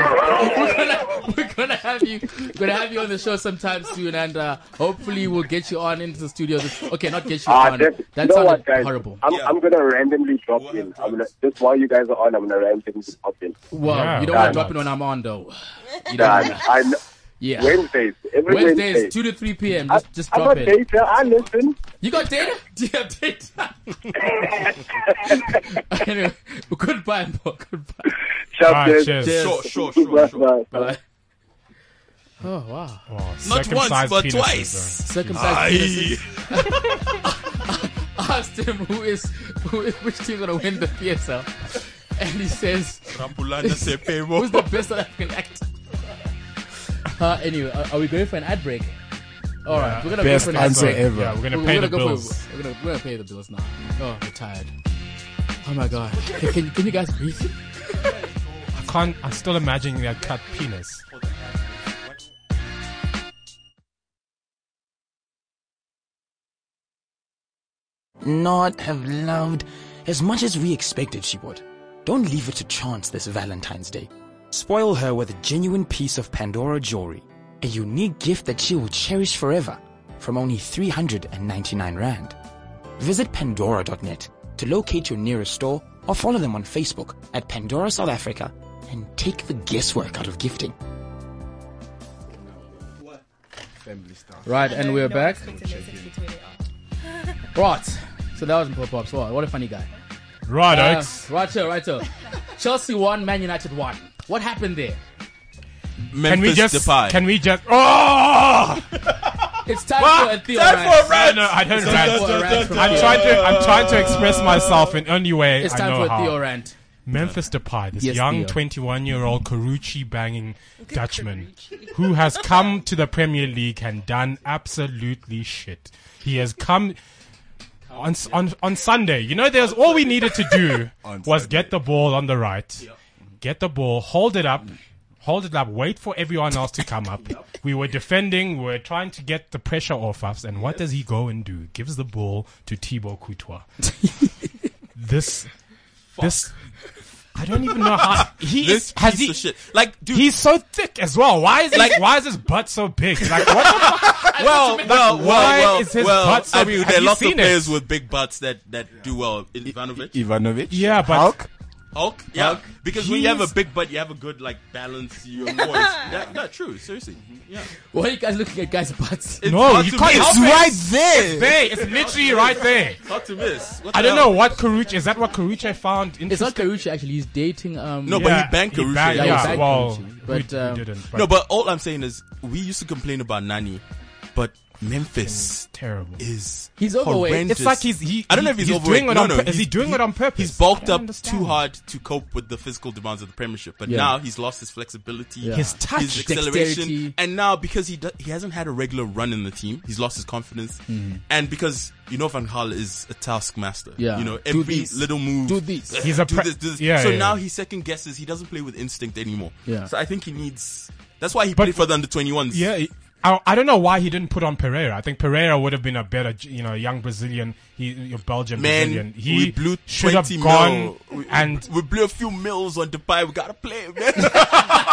S3: we're, gonna, we're gonna have you, we're gonna have you on the show sometime soon, and uh, hopefully we'll get you on into the studio. This, okay, not get you
S6: Ah,
S3: on.
S6: def-
S3: That
S6: you know
S3: sounded
S6: what, guys?
S3: horrible.
S6: I'm,
S4: Yeah.
S6: I'm gonna randomly drop
S4: We'll
S6: in.
S4: have
S6: I'm gonna,
S4: drugs.
S6: just while you guys are on, I'm gonna randomly pop in.
S3: Well,
S5: Yeah,
S3: you don't want
S6: God.
S3: to drop it when I'm on though. You don't
S6: Done.
S3: wanna-
S6: I know.
S3: yeah.
S6: Wednesdays, every Wednesday.
S3: Wednesdays, two to three p.m. Just, just
S6: I,
S3: drop
S6: I'm a
S3: it.
S6: data. I listen.
S3: You got data? Do you have data? anyway, goodbye, Paul. Goodbye.
S6: Shout
S5: Ah,
S6: out.
S5: cheers.
S3: Cheers.
S4: Sure, sure, sure, sure.
S6: Bye.
S3: Bye. Oh wow!
S5: Oh,
S4: Not once,
S5: circumcised
S4: but
S5: penises,
S4: twice.
S3: Circumcised. penises.
S4: Aye.
S3: asked him who is, who is which team's gonna win the PSL, and he says,
S4: Rapulana
S3: "Who's
S4: Sepemo.
S3: the best South African actor?" Uh, anyway, are, are we going for an ad break? All right, we're gonna
S2: Best
S3: pay for
S2: answer
S3: next week.
S2: ever.
S5: Yeah, we're gonna
S3: We're
S5: pay
S3: gonna
S5: the
S3: go for-
S5: bills.
S3: we're, gonna, we're gonna pay the bills now. Oh, we're tired. Oh my god. Can, can, can you guys breathe?
S5: I can't. I'm still imagining that cut penis.
S7: not have loved as much as we expected she would. Don't leave it to chance this Valentine's Day. Spoil her with a genuine piece of Pandora jewelry, a unique gift that she will cherish forever from only 399 Rand. Visit pandora.net to locate your nearest store or follow them on Facebook at Pandora South Africa and take the guesswork out of gifting.
S3: Right, and we're back.
S1: Expected that's actually where they are.
S3: Right. So that was Pop Pops. Wow, what a funny guy.
S5: Right,
S3: Uh,
S5: Oaks.
S3: righto, righto. Chelsea won, Man United won. What happened there?
S4: Memphis
S5: Can we just?
S4: Depay.
S5: Can we just? Oh!
S3: It's time for a Theo
S4: Time
S3: rant.
S4: for a rant!
S5: No, I don't
S3: Time for
S5: rant.
S3: a rant from
S5: I'm
S3: Theo.
S5: trying to. I'm trying to express myself in only way
S3: It's
S5: I
S3: time
S5: know
S3: for a
S5: how.
S3: Theo rant.
S5: Memphis Depay, this
S3: Yes,
S5: young
S3: Theo.
S5: 21 year old Karuchi banging Dutchman who has come to the Premier League and done absolutely shit. He has come on, on, on Sunday. You know, there's all we needed to do
S2: On
S5: was
S2: Sunday.
S5: get the ball on the right, get the ball, hold it up. Hold it up, wait for everyone else to come up. We were defending, we were trying to get the pressure off us, and what does he go and do? Gives the ball to Thibaut Courtois. this, this, I don't even know how he
S4: this
S5: is, has
S4: piece
S5: he.
S4: of shit. Like, dude,
S5: He's so thick as well. Why is like why is his butt so big? Like what? The fuck?
S4: well, Oh, well, well,
S5: why
S4: well,
S5: is his
S4: well,
S5: butt so
S4: I mean,
S5: big?
S4: there are
S5: Have you
S4: lots of
S5: seen it?
S4: players with big butts that, that do well. Ivanovic?
S2: Ivanovic.
S5: Yeah, but-
S2: Hulk.
S4: Hulk? Yeah. Because when you have a
S5: He's-
S4: big butt, you have a good, like, balance to your voice. yeah, no, true. Seriously. Yeah.
S3: Why are you guys looking at guys' butts?
S4: It's
S5: No,
S4: hard
S5: you
S4: to
S5: can't
S4: miss.
S5: help
S2: It's
S5: Hulk.
S2: right there.
S5: There, it's literally right there.
S4: It's hard to miss. What
S5: I
S4: the
S5: don't know
S4: hell?
S5: what Karuche is that. What Karuche found
S3: It's
S5: interesting?
S3: not Karuchi actually. He's dating. Um,
S4: No, but he banged Karuche.
S5: Yeah,
S4: Yeah, he
S3: banged
S5: well,
S3: Karuche.
S5: we-
S3: But,
S5: we
S3: um,
S5: didn't.
S4: No, but all I'm saying is we used to complain about Nani, but Memphis
S5: terrible.
S4: is
S3: He's overweight.
S4: horrendous.
S5: It's like he's he.
S4: I don't know if he's,
S5: he's
S4: overweight.
S5: doing it
S4: no,
S5: on
S4: no,
S5: pur- Is he
S4: he's-
S5: doing it on purpose?
S4: He's bulked
S5: I
S4: up
S5: don't understand.
S4: too hard to cope with the physical demands of the Premiership, but
S3: Yeah.
S4: now he's lost his flexibility,
S5: His touch.
S4: his acceleration,
S3: Dexterity.
S4: and now because he do- he hasn't had a regular run in the team, he's lost his confidence, and because you know Van Gaal is a taskmaster.
S3: Mm. Yeah.
S4: you know
S3: Do
S4: every
S3: this.
S4: little move.
S3: Do
S4: Uh,
S3: this.
S5: He's a
S4: do
S5: pre-
S4: this, do this.
S5: yeah,
S4: so
S5: yeah,
S4: now
S5: yeah.
S4: he second guesses. He doesn't play with instinct anymore.
S3: Yeah.
S4: So I think he needs. That's why he
S5: But-
S4: played for the under 21s.
S5: Yeah, he- I, I don't know why he didn't put on Pereira. I think Pereira would have been a better, you know, young Brazilian, he, a Belgian
S4: Man,
S5: Brazilian. He
S4: we blew
S5: should have
S4: 20
S5: gone
S4: mil. We-
S5: and
S4: We blew a few mills on Dubai. We gotta play him, man.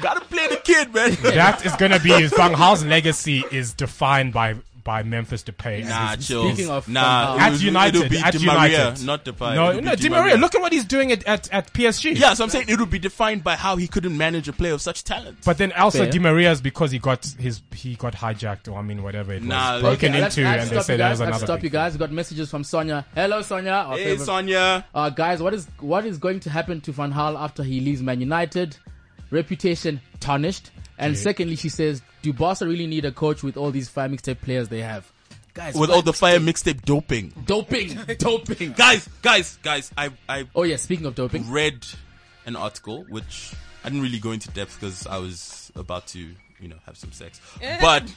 S4: gotta play the kid, man.
S5: that is going to be his Van Gaal's legacy is defined by by Memphis Depay. and
S4: Nah,
S5: his-
S4: chill.
S3: Speaking of Van
S4: nah,
S5: um, at
S4: it was-
S5: United,
S4: it'll be
S5: at
S4: Di
S5: United,
S4: Maria, not Depay.
S5: No,
S4: It'll be
S5: no, Di Maria. Look at what he's doing at at, at PSG.
S4: yeah, so I'm saying it'll be defined by how he couldn't manage a player of such talent.
S5: But then also
S3: Fair.
S5: Di Maria is because he got his he got hijacked or I mean whatever it was
S4: Nah,
S5: broken
S4: okay,
S3: I have
S5: into
S3: to- I have to
S5: and they
S3: stop
S5: say
S3: you
S5: that
S3: guys,
S5: was
S3: I have to
S5: another.
S3: stop you
S5: thing.
S3: guys. We got messages from Sonia. Hello, Sonia. Our
S4: hey,
S3: favorite-
S4: Sonia,
S3: uh, guys, what is what is going to happen to Van Hal after he leaves Man United? Reputation tarnished. And secondly, she says, do Barca really need a coach with all these fire mixtape players they have? Guys,
S4: with
S3: what-
S4: all the fire mixtape doping.
S3: doping, doping.
S4: Guys, guys, guys, I, I
S3: Oh yeah, speaking of doping,
S4: read an article which I didn't really go into depth because I was about to, you know, have some sex. But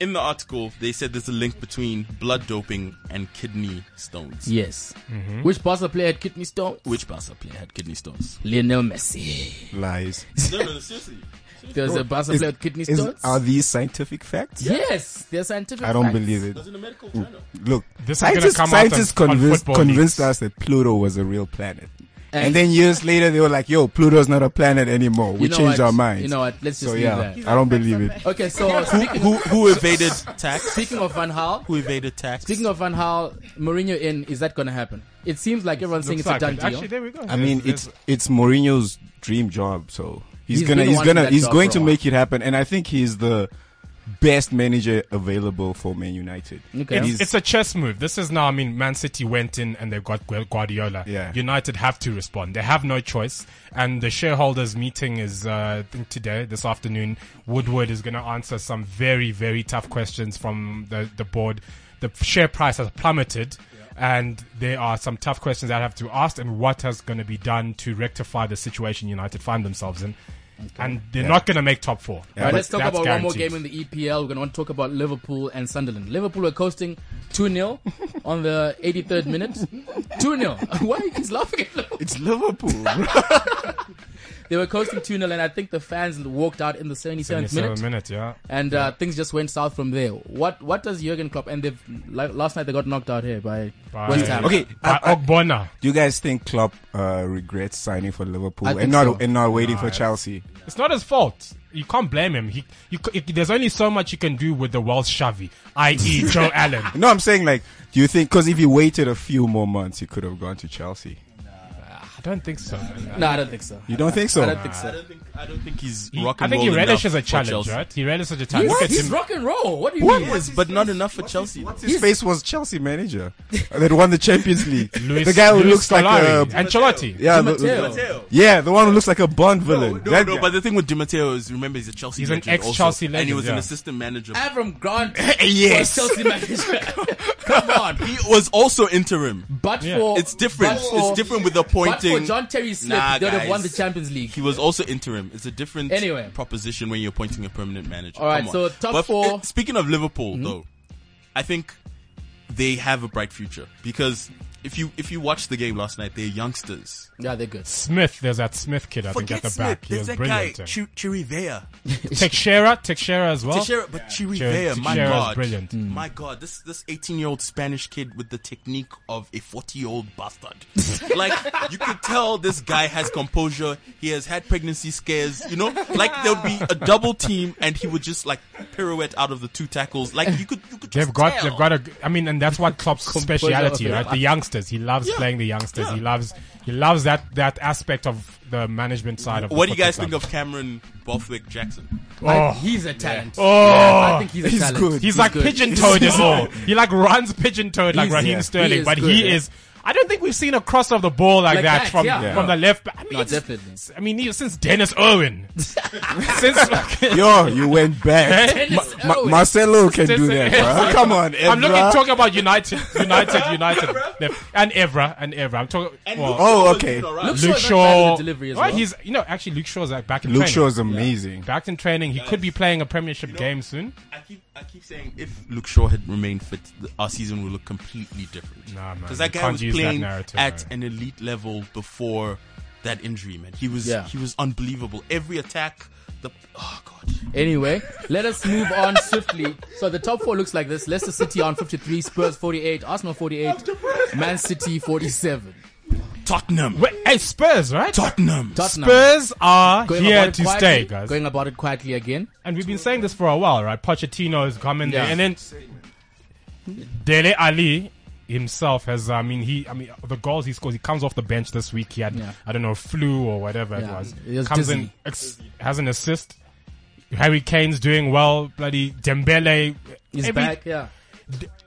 S4: in the article, they said there's a link between blood doping and kidney stones.
S3: yes.
S2: Mm-hmm.
S3: Which Barca player had kidney stone?
S4: Which Barca player had kidney stones?
S3: Lionel Messi.
S2: Lies.
S4: no, no, seriously.
S3: There's a Barca
S2: Is-
S3: player with kidney
S2: is-
S3: stones.
S2: are these scientific facts?
S3: yes, they're scientific.
S2: I don't
S3: facts.
S2: believe it. Mm.
S4: in a medical journal.
S2: Look,
S5: This is gonna
S2: scientists,
S5: come out
S2: scientists
S5: on- on
S2: convinced,
S5: football
S2: convinced
S5: leagues.
S2: us that Pluto was a real planet.
S3: And-
S2: And, then years later, they were like, yo, Pluto's not a planet anymore. We
S3: know
S2: changed
S3: what?
S2: our minds.
S3: You know what? Let's just
S2: so,
S3: leave
S2: yeah,
S3: that.
S2: I don't believe it.
S3: Okay, so speaking,
S4: Who, who evaded tax?
S3: speaking of Van Hal,
S4: Who evaded tax?
S3: Speaking of Van Hal, Mourinho in, is that going to happen? It seems like everyone's saying
S5: Looks
S3: it's
S5: like
S3: a done
S5: it.
S3: deal.
S5: Actually, there we go.
S2: I mean, it's it's Mourinho's dream job, so he's,
S3: He's
S2: gonna
S3: been
S2: he's
S3: wanting
S2: gonna
S3: that
S2: he's
S3: job
S2: going
S3: for a
S2: to
S3: while.
S2: make it happen, and I think he's the best manager available for Man United.
S3: Okay.
S2: And
S5: It's,
S2: he's-
S5: it's a chess move. This is now. I mean, Man City went in and they've got Gu- Guardiola.
S2: Yeah.
S5: United have to respond. They have no choice. And the shareholders meeting is uh, I think today, this afternoon. Woodward is going to answer some very, very tough questions from the the board. The share price has plummeted. And there are some tough questions that I have to ask, and what has going to be done to rectify the situation United find themselves in. and they're not going to make top four.
S3: All right,
S5: But
S3: let's talk
S5: that's
S3: about one more
S5: guaranteed.
S3: game in the EPL. We're going to talk about Liverpool and Sunderland. Liverpool are coasting 2 0 on the 83rd minute. 2 0. Why are you guys laughing at Liverpool?
S4: It's Liverpool. bro.
S3: They were coasting 2 0, and I think the fans walked out in the 77th minute.
S5: 27 minutes, yeah.
S3: And uh, things just went south from there. What what does Jurgen Klopp and they've like, last night they got knocked out here by,
S5: By-
S3: West Ham.
S2: Okay,
S5: By Uh,
S3: uh,
S5: Ogbonna.
S2: do you guys think Klopp uh, regrets signing for Liverpool
S3: I
S2: and
S3: think
S2: not
S3: so.
S2: and not waiting for Chelsea?
S5: It's not his fault. You can't blame him. He, you, c- it, there's only so much you can do with the Welsh Shavi, i.e. Joe Allen.
S2: No, I'm saying like, do you think because if he waited a few more months, he could have gone to Chelsea?
S5: I don't think so. man.
S3: No, I don't think so.
S2: You don't think so?
S3: I don't think so.
S4: I don't think. I don't think he's
S5: He-
S4: rock
S5: I
S4: and
S5: think he
S4: roll enough
S5: relishes a
S4: for
S5: challenge,
S4: Chelsea.
S5: right? He relishes a challenge. Look
S3: What?
S5: at
S3: He's
S5: him.
S3: rock and roll. What do you mean?
S4: Yes, but not enough for Chelsea.
S2: His face was Chelsea manager that won the Champions League.
S5: Luis-
S2: the guy who
S5: Luis
S2: looks
S5: Scolari.
S2: like a
S5: Ancelotti.
S2: yeah,
S3: Di
S2: the,
S3: Matteo.
S2: the- yeah, the one who looks like a Bond villain.
S4: No,
S2: That
S4: no,
S2: guy.
S4: but the thing with Di Matteo is remember he's a Chelsea
S5: He's an
S4: legend also,
S5: ex-Chelsea
S4: and he
S5: legend,
S4: was an
S5: yeah.
S4: assistant manager.
S3: Avram Grant
S2: Yes.
S3: was Chelsea manager. Come on.
S4: He was also interim.
S3: But
S5: Yeah.
S3: for
S4: It's different.
S3: but for-
S4: it's different with
S3: But
S4: appointing.
S3: for John Terry's slip,
S4: Nah,
S3: they would have
S4: guys.
S3: won the Champions League.
S4: He was also interim. It's a different
S3: Anyway.
S4: proposition when you're appointing a permanent manager.
S3: All right,
S4: Come on.
S3: so top
S4: But
S3: four-
S4: f- Speaking of Liverpool, though, I think they have a bright future because if you if you watch the game last night, they're youngsters.
S3: Yeah, they're good.
S5: Smith, there's that Smith kid, I
S4: Forget
S5: think, at the
S4: Smith.
S5: back. He
S4: There's
S5: was
S4: that
S5: brilliant.
S4: guy
S5: eh.
S4: Chi- Chirivella.
S5: Teixeira, Teixeira as well.
S4: Teixeira, but Chirivella,
S5: Chirivella-
S4: my
S5: Teixeira's
S4: god,
S5: brilliant. Mm.
S4: my god, this this eighteen year old Spanish kid with the technique of a forty year old bastard. like you could tell this guy has composure. He has had pregnancy scares. You know, like there would be a double team and he would just like pirouette out of the two tackles. Like you could, you could
S5: They've
S4: just
S5: got,
S4: tell.
S5: they've got a. g- I mean, and that's what Klopp's speciality,
S3: yeah.
S5: right? The youngsters. He loves
S4: Yeah.
S5: playing the youngsters. He
S4: Yeah.
S5: loves, he loves that that aspect of the management side of.
S4: What do you guys think of Cameron Bothwick Jackson?
S3: I-
S5: Oh.
S3: he's a talent.
S5: Oh,
S3: I think he's a talent.
S2: good.
S5: He's, like
S3: good.
S5: pigeon toed as all. He like runs pigeon toed like
S3: He's-
S5: Raheem
S3: yeah.
S5: Sterling,
S3: He is
S5: but
S3: good,
S5: he
S3: yeah.
S5: is. I don't think we've seen a cross of the ball like,
S3: Like
S5: that,
S3: that,
S5: from
S3: yeah. Yeah.
S5: from the left. back. I mean,
S3: No,
S5: it's-
S3: definitely.
S5: I mean, he- since Dennis Owen, since like,
S2: Yo, you went back.
S3: Dennis
S2: Ma-
S3: Owen.
S2: Marcelo can
S5: Just-
S2: do that, bro. Come on, Evra.
S5: I'm looking talking about United, United, United, Left. and Evra, and Evra. I'm talking. well,
S2: Oh, okay.
S3: Luke
S5: Luke
S3: Shaw is not bad
S5: Shaw.
S3: with the delivery as
S5: Well,
S3: well.
S5: He's you know actually Luke Shaw's like back in
S2: Luke
S5: training.
S2: Shaw is amazing.
S5: back in training. He could be playing a Premiership game soon.
S4: I keep I keep saying if Luke Shaw had remained fit, th- our season would look completely different.
S5: Nah, man,
S4: because
S5: you
S4: that guy
S5: can't
S4: was
S5: use that
S4: playing
S5: narrative,
S4: at
S5: man.
S4: an elite level before that injury. Man, he was
S3: Yeah.
S4: he was unbelievable. Every attack, the oh god,
S3: Anyway, let us move on swiftly. So the top four looks like this: Leicester City on 53, Spurs 48, Arsenal 48, Man City 47.
S4: Tottenham,
S5: Wait, hey, Spurs, right?
S4: Tottenham.
S3: Tottenham
S5: Spurs are here
S3: it
S5: to
S3: quietly,
S5: stay, guys.
S3: Going about it quietly again.
S5: And we've been saying this for a while, right? Pochettino is coming
S3: Yeah.
S5: there, and then Dele Ali himself has. I mean, he. I mean, the goals he scores. He comes off the bench this week. He had,
S3: Yeah.
S5: I don't know, flu or whatever it
S3: Yeah.
S5: was.
S3: He was
S5: comes
S3: dizzy.
S5: in, ex- has an assist. Harry Kane's doing well. Bloody Dembele.
S3: He's
S5: every-
S3: back. Yeah.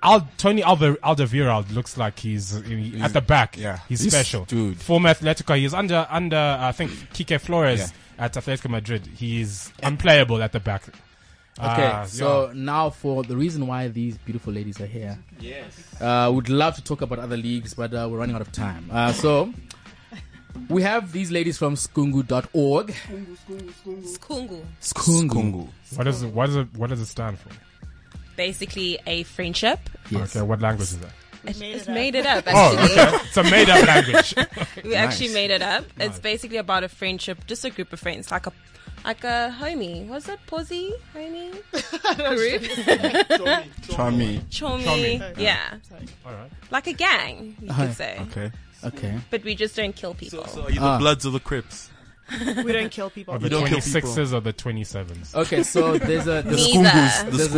S5: Al, Tony Alder, Alderweireld looks like he's, he- at the back.
S2: yeah.
S5: he's,
S2: He's-
S5: special.
S2: dude.
S5: former Atletico. He's under under I think Kike Flores at Atletico Madrid. He's unplayable at the back.
S3: Okay,
S5: Ah,
S3: so now for the reason why these beautiful ladies are here. Yes. Uh, would love to talk about other leagues, but uh, we're running out of time. Uh, so we have these ladies from skungu.org.
S1: Skungu,
S3: Skungu.
S2: Kungu.
S5: yeah. what is it, what is it, what does it stand for?
S1: basically a friendship.
S5: Okay, what language is that?
S1: It's it's made it up,
S5: Oh,
S1: actually.
S5: okay. it's a made up language.
S1: We actually made it up. It's basically about a friendship, just a group of friends, like a like a homie. Was it posy homie group?
S2: Tommy.
S1: Chomi, yeah,
S5: Alright.
S1: like a gang, you could say.
S2: Okay.
S3: Okay.
S1: But we just don't kill people.
S4: So are you the
S3: Ah.
S4: Bloods or the Crips?
S8: We don't kill people.
S5: Or the
S4: don't kill
S5: twenty sixes or the twenty sevens.
S3: Okay, so there's a there's,
S1: Neither.
S2: The
S3: there's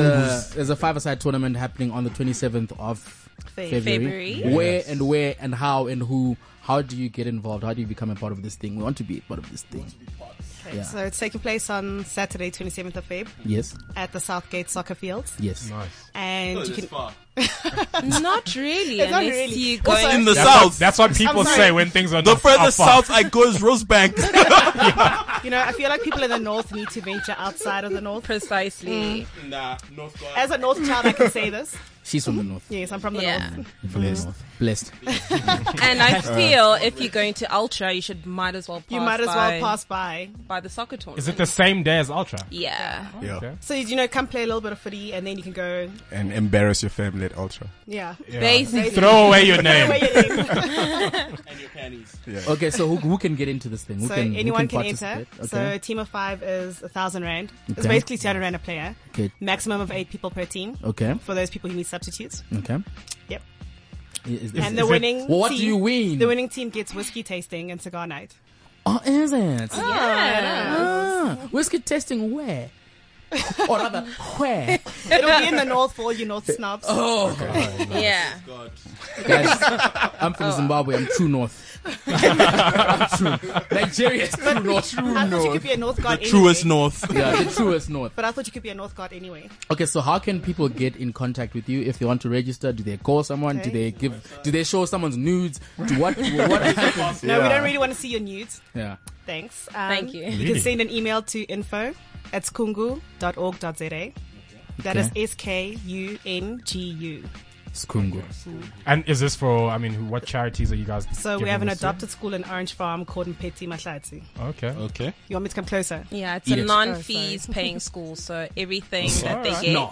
S3: a there's a five-a-side tournament happening on the 27th of
S8: Fe-
S3: February.
S1: February.
S3: Where and where and how and who? How do you get involved? How do you become a part of this thing? We want to be a part of this thing. Yeah.
S8: So it's taking place on Saturday, 27th of Feb,
S3: Yes.
S8: at the Southgate Soccer Fields,
S3: Yes.
S5: Nice.
S8: and you can.
S1: Not really,
S8: It's not
S1: unless
S8: really.
S1: you go.
S8: Also,
S1: and-
S4: In the
S5: That's what,
S4: south,
S5: that's what people
S8: sorry.
S5: say when things are
S4: the
S5: not
S4: further
S5: are far.
S4: south I go is Rosebank.
S8: You know, I feel like people in the north need to venture outside of the north.
S1: Precisely.
S4: nah, North
S8: As a north child, I can say this.
S3: She's from the north.
S8: Yes, I'm from the
S1: Yeah.
S8: north.
S2: Blessed.
S3: Blessed.
S1: And I feel if you're going to Ultra, you should might as well pass
S8: You might as
S1: by,
S8: well pass by.
S1: by the soccer tournament.
S5: Is it the same day as Ultra?
S1: yeah.
S2: Yeah.
S8: So you know, come play a little bit of footy, and then you can go.
S2: And embarrass your family at Ultra.
S8: Yeah.
S1: Basically.
S5: Throw away your
S8: Where
S5: name.
S8: your name-
S3: Okay, so who, who can get into this thing? Who
S8: so
S3: can, who
S8: anyone can, enter.
S3: participate?
S8: So
S3: Okay.
S8: a team of five is a thousand rand. It's
S3: Okay.
S8: basically two hundred rand a player.
S3: Okay.
S8: Maximum of eight people per team.
S3: okay.
S8: For those people who need substitutes.
S3: Okay.
S8: Yep.
S3: Is, is,
S8: and
S5: is
S8: the
S5: it-
S8: winning.
S3: Well, what
S8: team,
S3: do you win?
S8: The winning team gets whiskey tasting and cigar night.
S3: oh, is it?
S1: Yeah.
S3: Ah, whiskey testing where? or rather, where?
S8: It'll be in the north for all you north snobs.
S3: Oh,
S1: Yeah.
S3: guys, I'm
S8: Oh.
S3: from Zimbabwe. I'm true north. I'm true. Nigeria is true north. True
S8: I thought you could
S3: north.
S8: be a north guard.
S4: Truest
S8: anyway,
S4: North.
S3: Yeah, the truest north.
S8: But I thought you could be a north guard anyway.
S3: Okay, so how can people get in contact with you if they want to register? Do they call someone? Do
S8: Okay.
S3: they give? Do they show someone's nudes? Do what? What happens?
S8: No, we don't really want to see your nudes.
S3: Yeah.
S8: Thanks. Um,
S1: Thank you.
S8: You can send an email to info at skungu.org.za. That is
S3: Okay.
S8: S K U N G U.
S3: Skungu.
S5: And is this for? I mean, who- what charities are you guys?
S8: So we
S5: giving
S8: have an
S5: this to?
S8: adopted school in Orange Farm called Mpeti Mahlatsi.
S5: Okay.
S4: Okay.
S8: You want me to come closer?
S1: Yeah, it's
S3: Eat
S1: a
S3: it.
S8: Oh,
S1: non-fees paying school, so everything that they
S5: Alright.
S1: get
S3: No.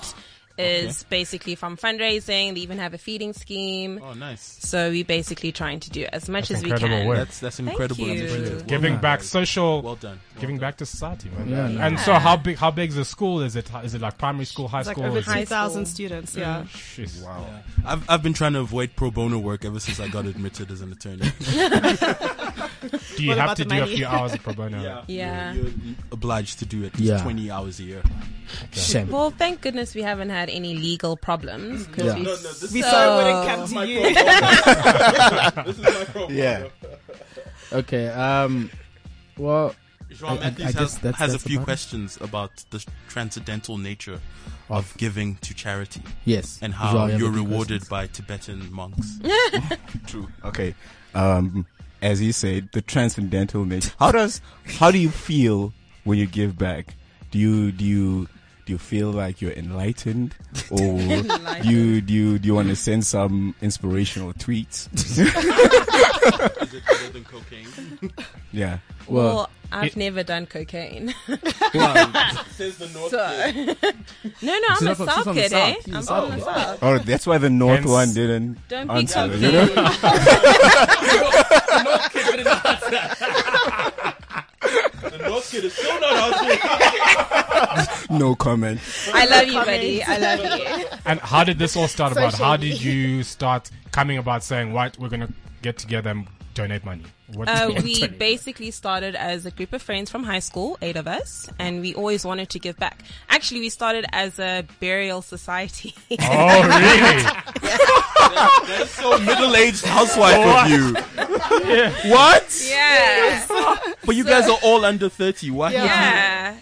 S1: is basically from fundraising. They even have a feeding scheme.
S4: Oh, nice.
S1: So we're basically trying to do as much
S5: That's
S1: as we
S5: incredible
S1: can.
S5: work.
S4: That's that's an incredible
S1: you.
S4: initiative. Well
S5: Giving
S4: done.
S5: back social.
S4: Well done. Well
S5: giving
S4: done.
S5: back to society, man.
S3: Yeah, no.
S5: And so, how big? How big is the school? Is it? Is it like primary school, high
S8: It's like
S5: school?
S8: over
S5: Is it-
S8: 2,000
S1: school.
S8: students. Yeah.
S5: Jeez.
S2: Wow.
S4: I've I've been trying to avoid pro bono work ever since I got admitted as an attorney.
S5: Do you
S8: What
S5: have
S8: about
S5: to
S8: the
S5: do a
S8: money?
S5: few hours of pro bono?
S1: Yeah.
S4: You're obliged to do it
S3: Yeah.
S4: 20 hours a year.
S3: Shame.
S1: Well, thank goodness we haven't had any legal problems. 'cause
S3: Yeah.
S1: we-
S3: No,
S8: We so wouldn't
S1: Oh
S8: come to you.
S2: Yeah.
S3: Okay. Um. Well. I- I-
S4: Jean Matthews
S3: I guess
S4: has,
S3: that's-
S4: has
S3: that's
S4: a few
S3: about it.
S4: questions about the transcendental nature of giving to charity
S3: Yes.
S4: and how
S3: Joel, you have
S4: you're
S3: a few
S4: rewarded
S3: questions.
S4: by Tibetan monks. True.
S2: Okay. Um, as you said, the transcendental nature. How does, how do you feel when you give back? Do you, do you, do you feel like you're enlightened or do you, do you, do you want to send some inspirational tweets?
S4: Is it better than cocaine?
S2: Yeah.
S3: Well,
S1: Well, I've never done cocaine.
S4: Says the North.
S1: So no, no,
S3: not
S1: I'm a
S3: from- she's
S1: south
S3: from the
S1: kid, eh?
S3: South. She's
S1: I'm
S3: from
S1: from the
S3: South.
S1: south.
S2: Oh, that's why the North
S5: Hence-
S2: one didn't
S1: Don't be
S2: answer.
S1: cocky.
S2: you know?
S4: The North kid is still not out there.
S2: No comment.
S1: I love you, buddy. I love you.
S5: And how did this all start about? How did
S8: shady.
S5: you start coming about saying, "What we're gonna get together and donate money"? What
S1: Uh, we basically started as a group of friends from high school, eight of us, and we always wanted to give back. Actually, we started as a burial society.
S5: Oh, really?
S4: That's so middle-aged housewife of you. What?
S1: yeah.
S4: But you guys are all under 30. Why?
S1: Yeah.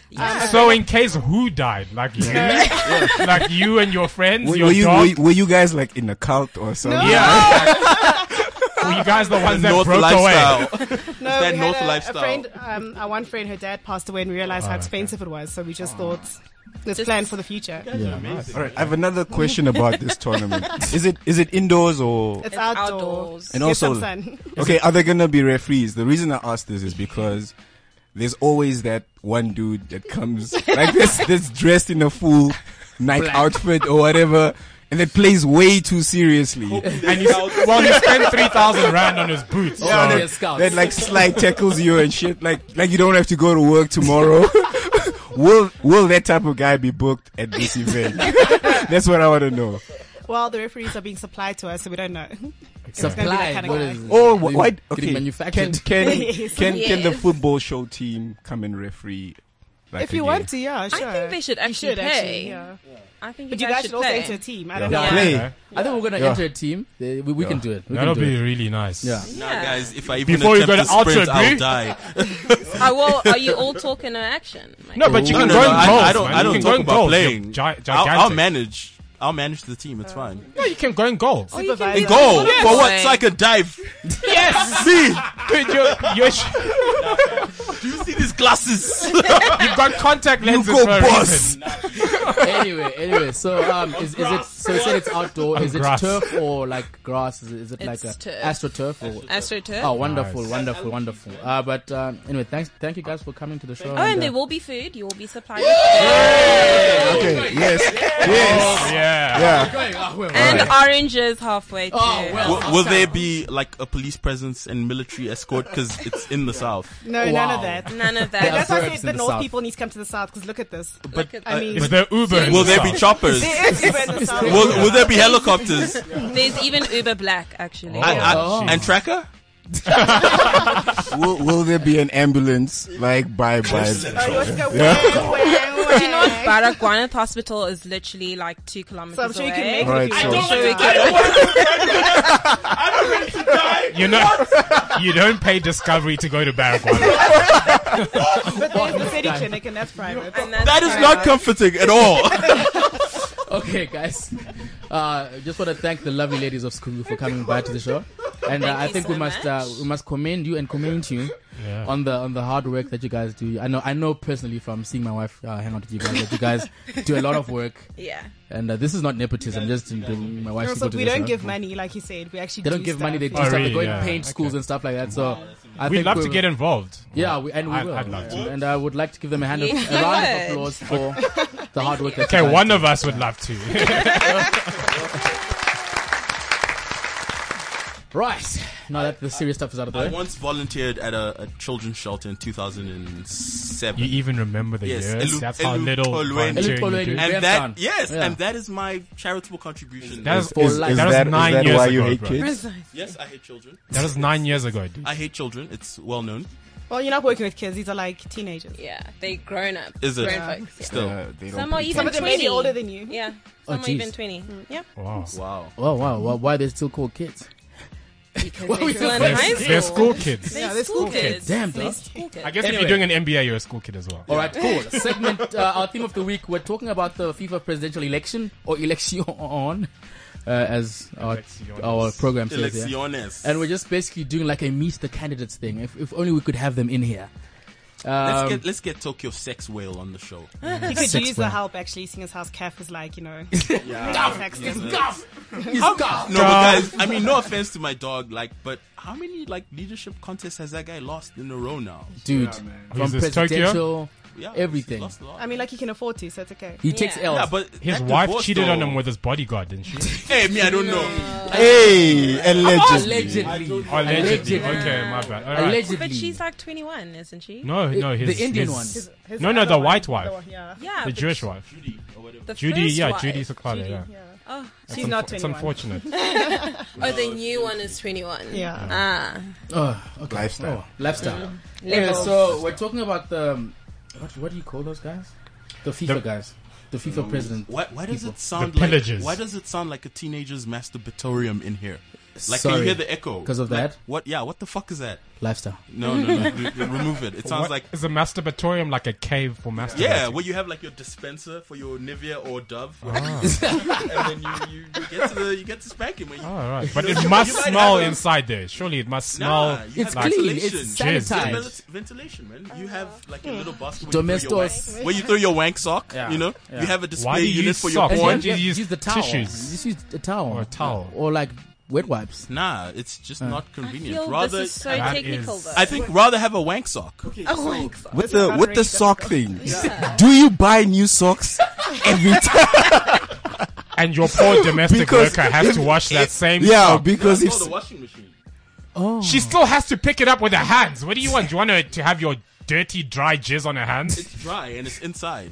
S5: So in case who died, like you, like you and your friends,
S2: Were,
S5: your
S2: were you,
S5: dog,
S2: were, you- were you guys like in a cult or something?
S5: were you guys the ones
S4: The
S5: that
S4: North
S5: broke away?
S4: lifestyle.
S8: No,
S4: that
S8: we
S4: north
S8: had a,
S4: lifestyle.
S8: A friend, um, our one friend, her dad passed away, and we realized how expensive it was. So we just thought, let's
S1: Just-
S8: plan for the future. It's,
S2: All right. I have another question about this tournament. Is it is it indoors or
S8: outdoor.
S1: Outdoors.
S2: And
S8: Get
S2: also,
S8: some sun.
S2: okay, are there gonna be referees? The reason I ask this is because there's always that one dude that comes like this, that's dressed in a full night outfit or whatever, and that plays way too seriously.
S5: And he, s- well, he spent three thousand rand on his boots. so-
S3: Yeah, they're scouts.
S2: That like slide tackles you and shit. Like like you don't have to go to work tomorrow. will will that type of guy be booked at this event? that's what I want to know.
S8: Well, the referees are being supplied to us, so we don't know. gonna be that
S3: Supply.
S8: kinda
S3: What
S8: guy.
S3: is it?
S2: Or Oh, wh-
S3: They-
S2: why?
S3: getting
S2: Okay,
S3: manufactured.
S2: Can can
S8: Yes.
S2: can, can the
S1: Yes.
S2: football show team come and referee? Like
S8: if
S2: a
S8: you
S2: game?
S8: want to, yeah, sure.
S1: think they should
S8: You
S1: actually
S8: should
S1: pay.
S8: actually, yeah.
S1: I think
S8: But
S1: you
S8: you guys should also
S1: play.
S8: enter a team. I don't
S2: Yeah.
S8: know.
S2: Play.
S5: Okay.
S3: I think we're gonna
S2: Yeah.
S3: enter a team. They- We, we can do it. We
S5: That'll
S3: can do
S5: be
S3: it.
S5: really nice.
S3: Yeah.
S4: Nah, guys, if I even
S5: Before you
S4: attempt
S5: go
S4: to
S5: to
S4: sprint,
S5: Ultra,
S4: I'll
S5: dude.
S4: die.
S1: Oh, well, are you all talking no action? Like,
S5: No, but you
S4: No,
S5: can
S4: no,
S5: go
S4: no,
S5: in
S4: I,
S5: goals.
S4: I don't.
S5: man.
S4: I
S5: You
S4: don't
S5: can
S4: talk
S5: go in
S4: about
S5: goals. You're
S4: playing.
S5: gi-
S4: I'll, I'll
S5: gigantic.
S4: manage. I'll manage the team. It's fine.
S5: No, you can go in goal.
S1: or you
S8: Supervisor.
S1: can
S8: In
S1: do
S4: Goal
S1: it
S4: for what?
S1: anyway.
S4: So I could dive.
S5: Yes,
S4: Me.
S5: dude, you're, you're, sh-
S4: Do you see these glasses?
S5: you've got contact lenses
S2: go
S5: for a
S2: boss.
S5: reason.
S3: anyway, anyway, so um, is, is it? So you said it's outdoor. Is it
S5: grass.
S3: turf or like grass? Is it, is it like
S1: It's
S3: a
S1: turf.
S3: astroturf or?
S1: AstroTurf.
S3: Oh,
S1: Oh,
S3: wonderful,
S5: Nice.
S3: wonderful, wonderful. Uh, but um, anyway, thanks, thank you guys for coming to the show.
S1: Oh, and
S3: uh,
S1: there will be food. You will be supplied.
S2: Okay, yes, yes,
S5: Yeah.
S2: yeah.
S3: Going, oh, well,
S1: And oranges halfway through.
S3: oh, well,
S4: Will, will there be like a police presence and military escort? Because it's in the south.
S8: No, none
S3: Wow.
S8: of that.
S1: None of
S3: Yeah,
S1: that.
S8: That's uh, why
S3: Suburbs
S8: I
S3: in
S8: said the
S3: the
S8: North
S3: south.
S8: people need to come to the South because look at this.
S4: But
S8: I mean,
S5: Is there Uber? in
S4: will
S5: the
S4: there be
S5: south?
S4: choppers?
S8: there is Uber in the South.
S4: Will, will there be helicopters
S1: There's even Uber Black, actually.
S4: and, and-
S3: Oh.
S4: and tracker?
S2: Will, will there be an ambulance like by by?
S8: Oh, you want to go way, way, way.
S1: Do you know what? Barra Gwanath Hospital is literally like two kilometers
S8: So I'm sure you
S1: away.
S8: can make
S2: All right,
S8: it.
S2: so-
S8: I'm sure you can-
S5: You know, you don't pay Discovery to go to Baragwana.
S8: But there's the city clinic and that's private.
S1: And that's
S4: That is
S1: why
S4: not
S1: I-
S4: comforting at all.
S3: Okay, guys. Uh, just want to thank the lovely ladies of school for coming by to the show, and uh,
S1: Thank
S3: I
S1: you
S3: think
S1: so
S3: we must uh,
S1: much.
S3: we must commend you and commend you
S5: Yeah.
S3: on the on the hard work that you guys do. I know I know personally from seeing my wife uh, hang out with you guys that you guys do a lot of work,
S1: Yeah.
S3: and uh, this is not nepotism. Just to bring my wife
S8: Also,
S3: to the
S8: we don't
S3: show.
S8: give money, like you said. We actually
S3: They don't
S8: do
S3: give
S8: stuff.
S3: money. They do
S5: Oh,
S3: stuff.
S5: really?
S3: They go and
S5: Yeah.
S3: paint
S5: Okay.
S3: schools and stuff like that. So I
S5: We'd
S3: think
S5: love
S3: we
S5: to get involved.
S3: Yeah, we, and we
S5: I-
S3: will.
S5: I'd love to.
S3: And I would like to give them a hand of,
S1: Yeah.
S3: a round of
S1: Good.
S3: applause for the hard work. That you
S5: Okay,
S3: guys
S5: one
S3: do.
S5: of us would love to.
S3: Right now that the serious stuff is out of the
S4: I
S3: way.
S4: once volunteered at a, a children's shelter in 2007.
S5: you even remember the
S4: Yes, eh,
S5: years?
S4: Elu-
S5: That's how
S4: Elu
S5: little
S4: Polweni.
S5: volunteering
S3: Elu
S5: you do.
S3: Polweni.
S4: and
S3: Rep
S4: that
S3: down.
S4: yes,
S3: Yeah.
S4: and that is my charitable contribution.
S5: That was,
S3: for
S2: Is,
S3: life.
S2: is
S5: that was
S2: that, is
S5: nine
S2: that
S5: years
S2: why
S5: ago.
S2: you hate
S5: bro.
S2: kids?
S4: yes, I hate children.
S5: That was nine years ago, dude.
S4: I hate children. It's well known.
S8: Well, you're not working with kids. These are like teenagers.
S1: Yeah. They grown up.
S4: Is it?
S1: Grown
S4: Yeah.
S1: folks. Yeah.
S4: Still,
S2: Uh, they don't
S1: Some are
S2: pay
S1: even
S8: Some of them may
S1: 20.
S8: be older than you.
S1: Yeah. Some are
S3: geez.
S1: even 20. Yeah.
S5: Wow.
S4: wow.
S3: Oh wow, wow, why are they still called kids?
S1: Because
S3: Well,
S1: they're
S3: we
S1: still in
S3: said
S1: high
S5: They're,
S1: school.
S5: they're school kids.
S1: They're
S8: they're
S1: school
S8: school kids.
S1: kids.
S3: Damn, dog.
S1: They're school kids.
S5: I guess
S3: Anyway.
S5: if you're doing an MBA, you're a school kid as well.
S3: All right, cool. Segment. Uh, our theme of the week. We're talking about the FIFA presidential election or election, uh, as our,
S5: Elections.
S3: our program says. Yeah.
S4: Elecciones.
S3: And we're just basically doing like a meet the candidates thing. If, if only we could have them in here.
S4: let's
S3: Um,
S4: get let's get Tokyo Sex Whale on the show.
S8: He could
S3: Sex
S8: use
S3: work.
S8: the help actually, seeing as how Kath is like, you know, sex.
S3: He's got-
S4: No, but guys, I mean, no offense to my dog, like, but how many like leadership contests has that guy lost in a row now?
S3: dude, from
S5: Who's this, Tokyo?
S3: presidential,
S4: Yeah, he's
S3: everything.
S4: lost a lot.
S8: I mean, like he can afford to, so it's okay.
S3: he takes
S1: Yeah.
S3: L's.
S4: yeah, but
S5: His
S4: that
S5: wife
S4: divorce,
S5: cheated on
S4: though-
S5: him with his bodyguard, didn't she?
S4: Hey, me, I don't know.
S2: Hey, allegedly.
S3: allegedly,
S5: Allegedly.
S3: Allegedly.
S5: Okay, my bad. All right.
S3: allegedly,
S1: But she's like 21, isn't she?
S5: no, no, his
S3: the Indian
S5: his-
S3: one.
S8: His
S5: No, no,
S8: other
S5: the
S8: one-
S5: white
S8: the
S5: wife.
S8: one- Yeah.
S1: Yeah.
S5: the
S1: but
S5: Jewish wife,
S1: The
S5: Judy.
S1: first
S5: Yeah,
S1: wife.
S5: Judy Sakala. Yeah,
S1: Oh,
S8: She's not
S5: it's
S8: 21.
S5: unfortunate.
S1: oh, the new one is 21.
S8: Yeah.
S1: Ah.
S3: Oh, okay.
S2: Lifestyle.
S3: Lifestyle. Yeah,
S1: Levels.
S3: so we're talking about the um, what, what do you call those guys? The FIFA guys, the FIFA president.
S4: Why, why does it sound
S5: The
S4: like?
S5: pillagers.
S4: Why does it sound like a teenager's masturbatorium in here? Like, can
S3: Sorry.
S4: you hear the echo?
S3: 'Cause of
S4: Like,
S3: that?
S4: what? Yeah, what the fuck is that?
S3: Lifestyle.
S4: No, no, no. re- re- remove it. It sounds
S5: What-
S4: like.
S5: is a masturbatorium like a cave for masturbating?
S4: Yeah, where you have like your dispenser for your Nivea or Dove,
S3: Ah.
S4: and then you, you, you get to the you get to spanking when you.
S5: Oh, all right. But
S4: You
S5: it must
S4: might
S5: smell
S4: have a-
S5: inside there. Surely it must smell.
S4: Nah, you
S3: It's
S4: have
S3: clean.
S4: ventilation.
S3: It's
S5: Jizz.
S4: Yeah,
S3: sanitized.
S4: but it's ventilation, man. You have like a little basket where you, throw your
S3: Domestos.
S4: wank, where you throw your wank sock.
S3: Yeah.
S4: You know,
S3: Yeah.
S4: you have a
S5: Why
S4: display
S5: do you
S4: unit
S5: use
S4: for your
S5: socks?
S4: porn.
S5: Why do you use
S3: the towel.
S5: tissues?
S3: Just use a towel
S5: Or a towel.
S3: or like wet wipes.
S4: Nah, it's just not convenient.
S1: Feel
S4: rather,
S1: this is so
S5: That
S1: technical
S5: is-
S1: though.
S4: I think rather have a wank sock.
S1: oh my god.
S2: With the with the sock thing, do you buy new socks every time?
S5: And your poor domestic
S2: Because-
S5: worker has to wash that same.
S2: Yeah,
S5: sock.
S2: because
S4: It's
S2: if
S4: not the washing machine.
S5: she still has to pick it up with her hands. What do you want? Do you want her to have your dirty, dry jizz on her hands?
S4: It's dry and it's inside.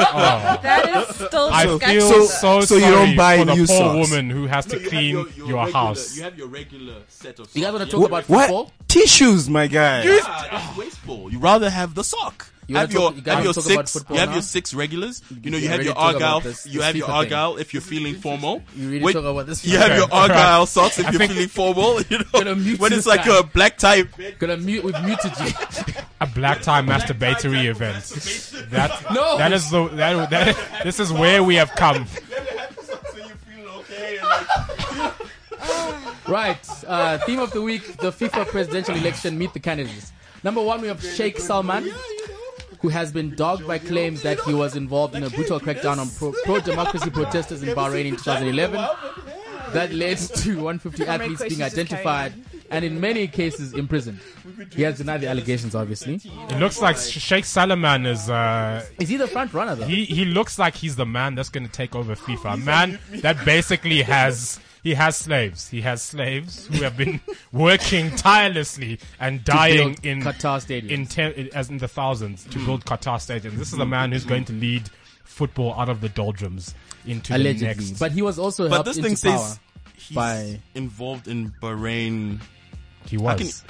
S1: That is still
S5: I
S1: disgusting.
S5: feel
S2: So-
S5: so,
S2: so you
S5: sorry
S2: don't buy
S5: for the
S2: new
S5: poor
S2: socks.
S5: woman who has to
S4: You have
S5: clean your,
S4: regular-
S5: house.
S4: You have your regular set of. Socks.
S3: You guys want
S4: Yeah.
S3: to talk
S2: Wh-
S3: about
S2: what
S3: football?
S2: tissues, my guy?
S4: Ah, that's wasteful. You rather have the sock.
S3: You wanna
S4: have your
S3: talk- you guys
S4: have your
S3: wanna talk about
S4: six
S3: football
S4: you have
S3: now?
S4: your six regulars. You know you
S3: You
S4: have your
S3: already talk about
S4: argyle.
S3: this-
S4: you
S3: this
S4: have your
S3: FIFA thing.
S4: argyle if you're feeling formal.
S3: You really
S4: Wait,
S3: talk about this?
S4: You have
S5: Okay.
S4: your argyle socks if you're feeling formal. You know
S3: Gonna mute
S4: when
S3: this
S4: it's like
S3: guy.
S4: a black tie.
S3: Gonna mute. We've muted you.
S5: a black tie masturbatory event. That
S3: No.
S5: that is the that, that this is where we have come.
S3: Right. Uh, theme of the week: the FIFA presidential election. Meet the candidates. Number one, we have Sheikh Salman. who has been dogged by claims that he was involved in a brutal crackdown on pro- pro-democracy protesters in Bahrain in 2011. That led to 150 athletes being
S8: questions, just carry
S3: identified and in many cases imprisoned. He has denied the allegations, obviously.
S5: It looks like Sheikh Salaman is. Uh,
S3: Is he the front runner though?
S5: he he looks like he's the man that's going to take over FIFA. A man that basically has he has slaves. He has slaves who have been working tirelessly and dying
S3: build
S5: in
S3: Qatar stadiums. Hmm.
S5: in ten, as in the thousands to build Qatar stadiums. This is a man who's going to lead football out of the doldrums into the
S3: Allegedly,
S5: next.
S3: but he was also
S4: But
S3: helped
S4: this
S3: into
S4: thing
S3: power.
S4: says he's
S3: by-
S4: involved in Bahrain.
S5: he
S4: I can-
S5: was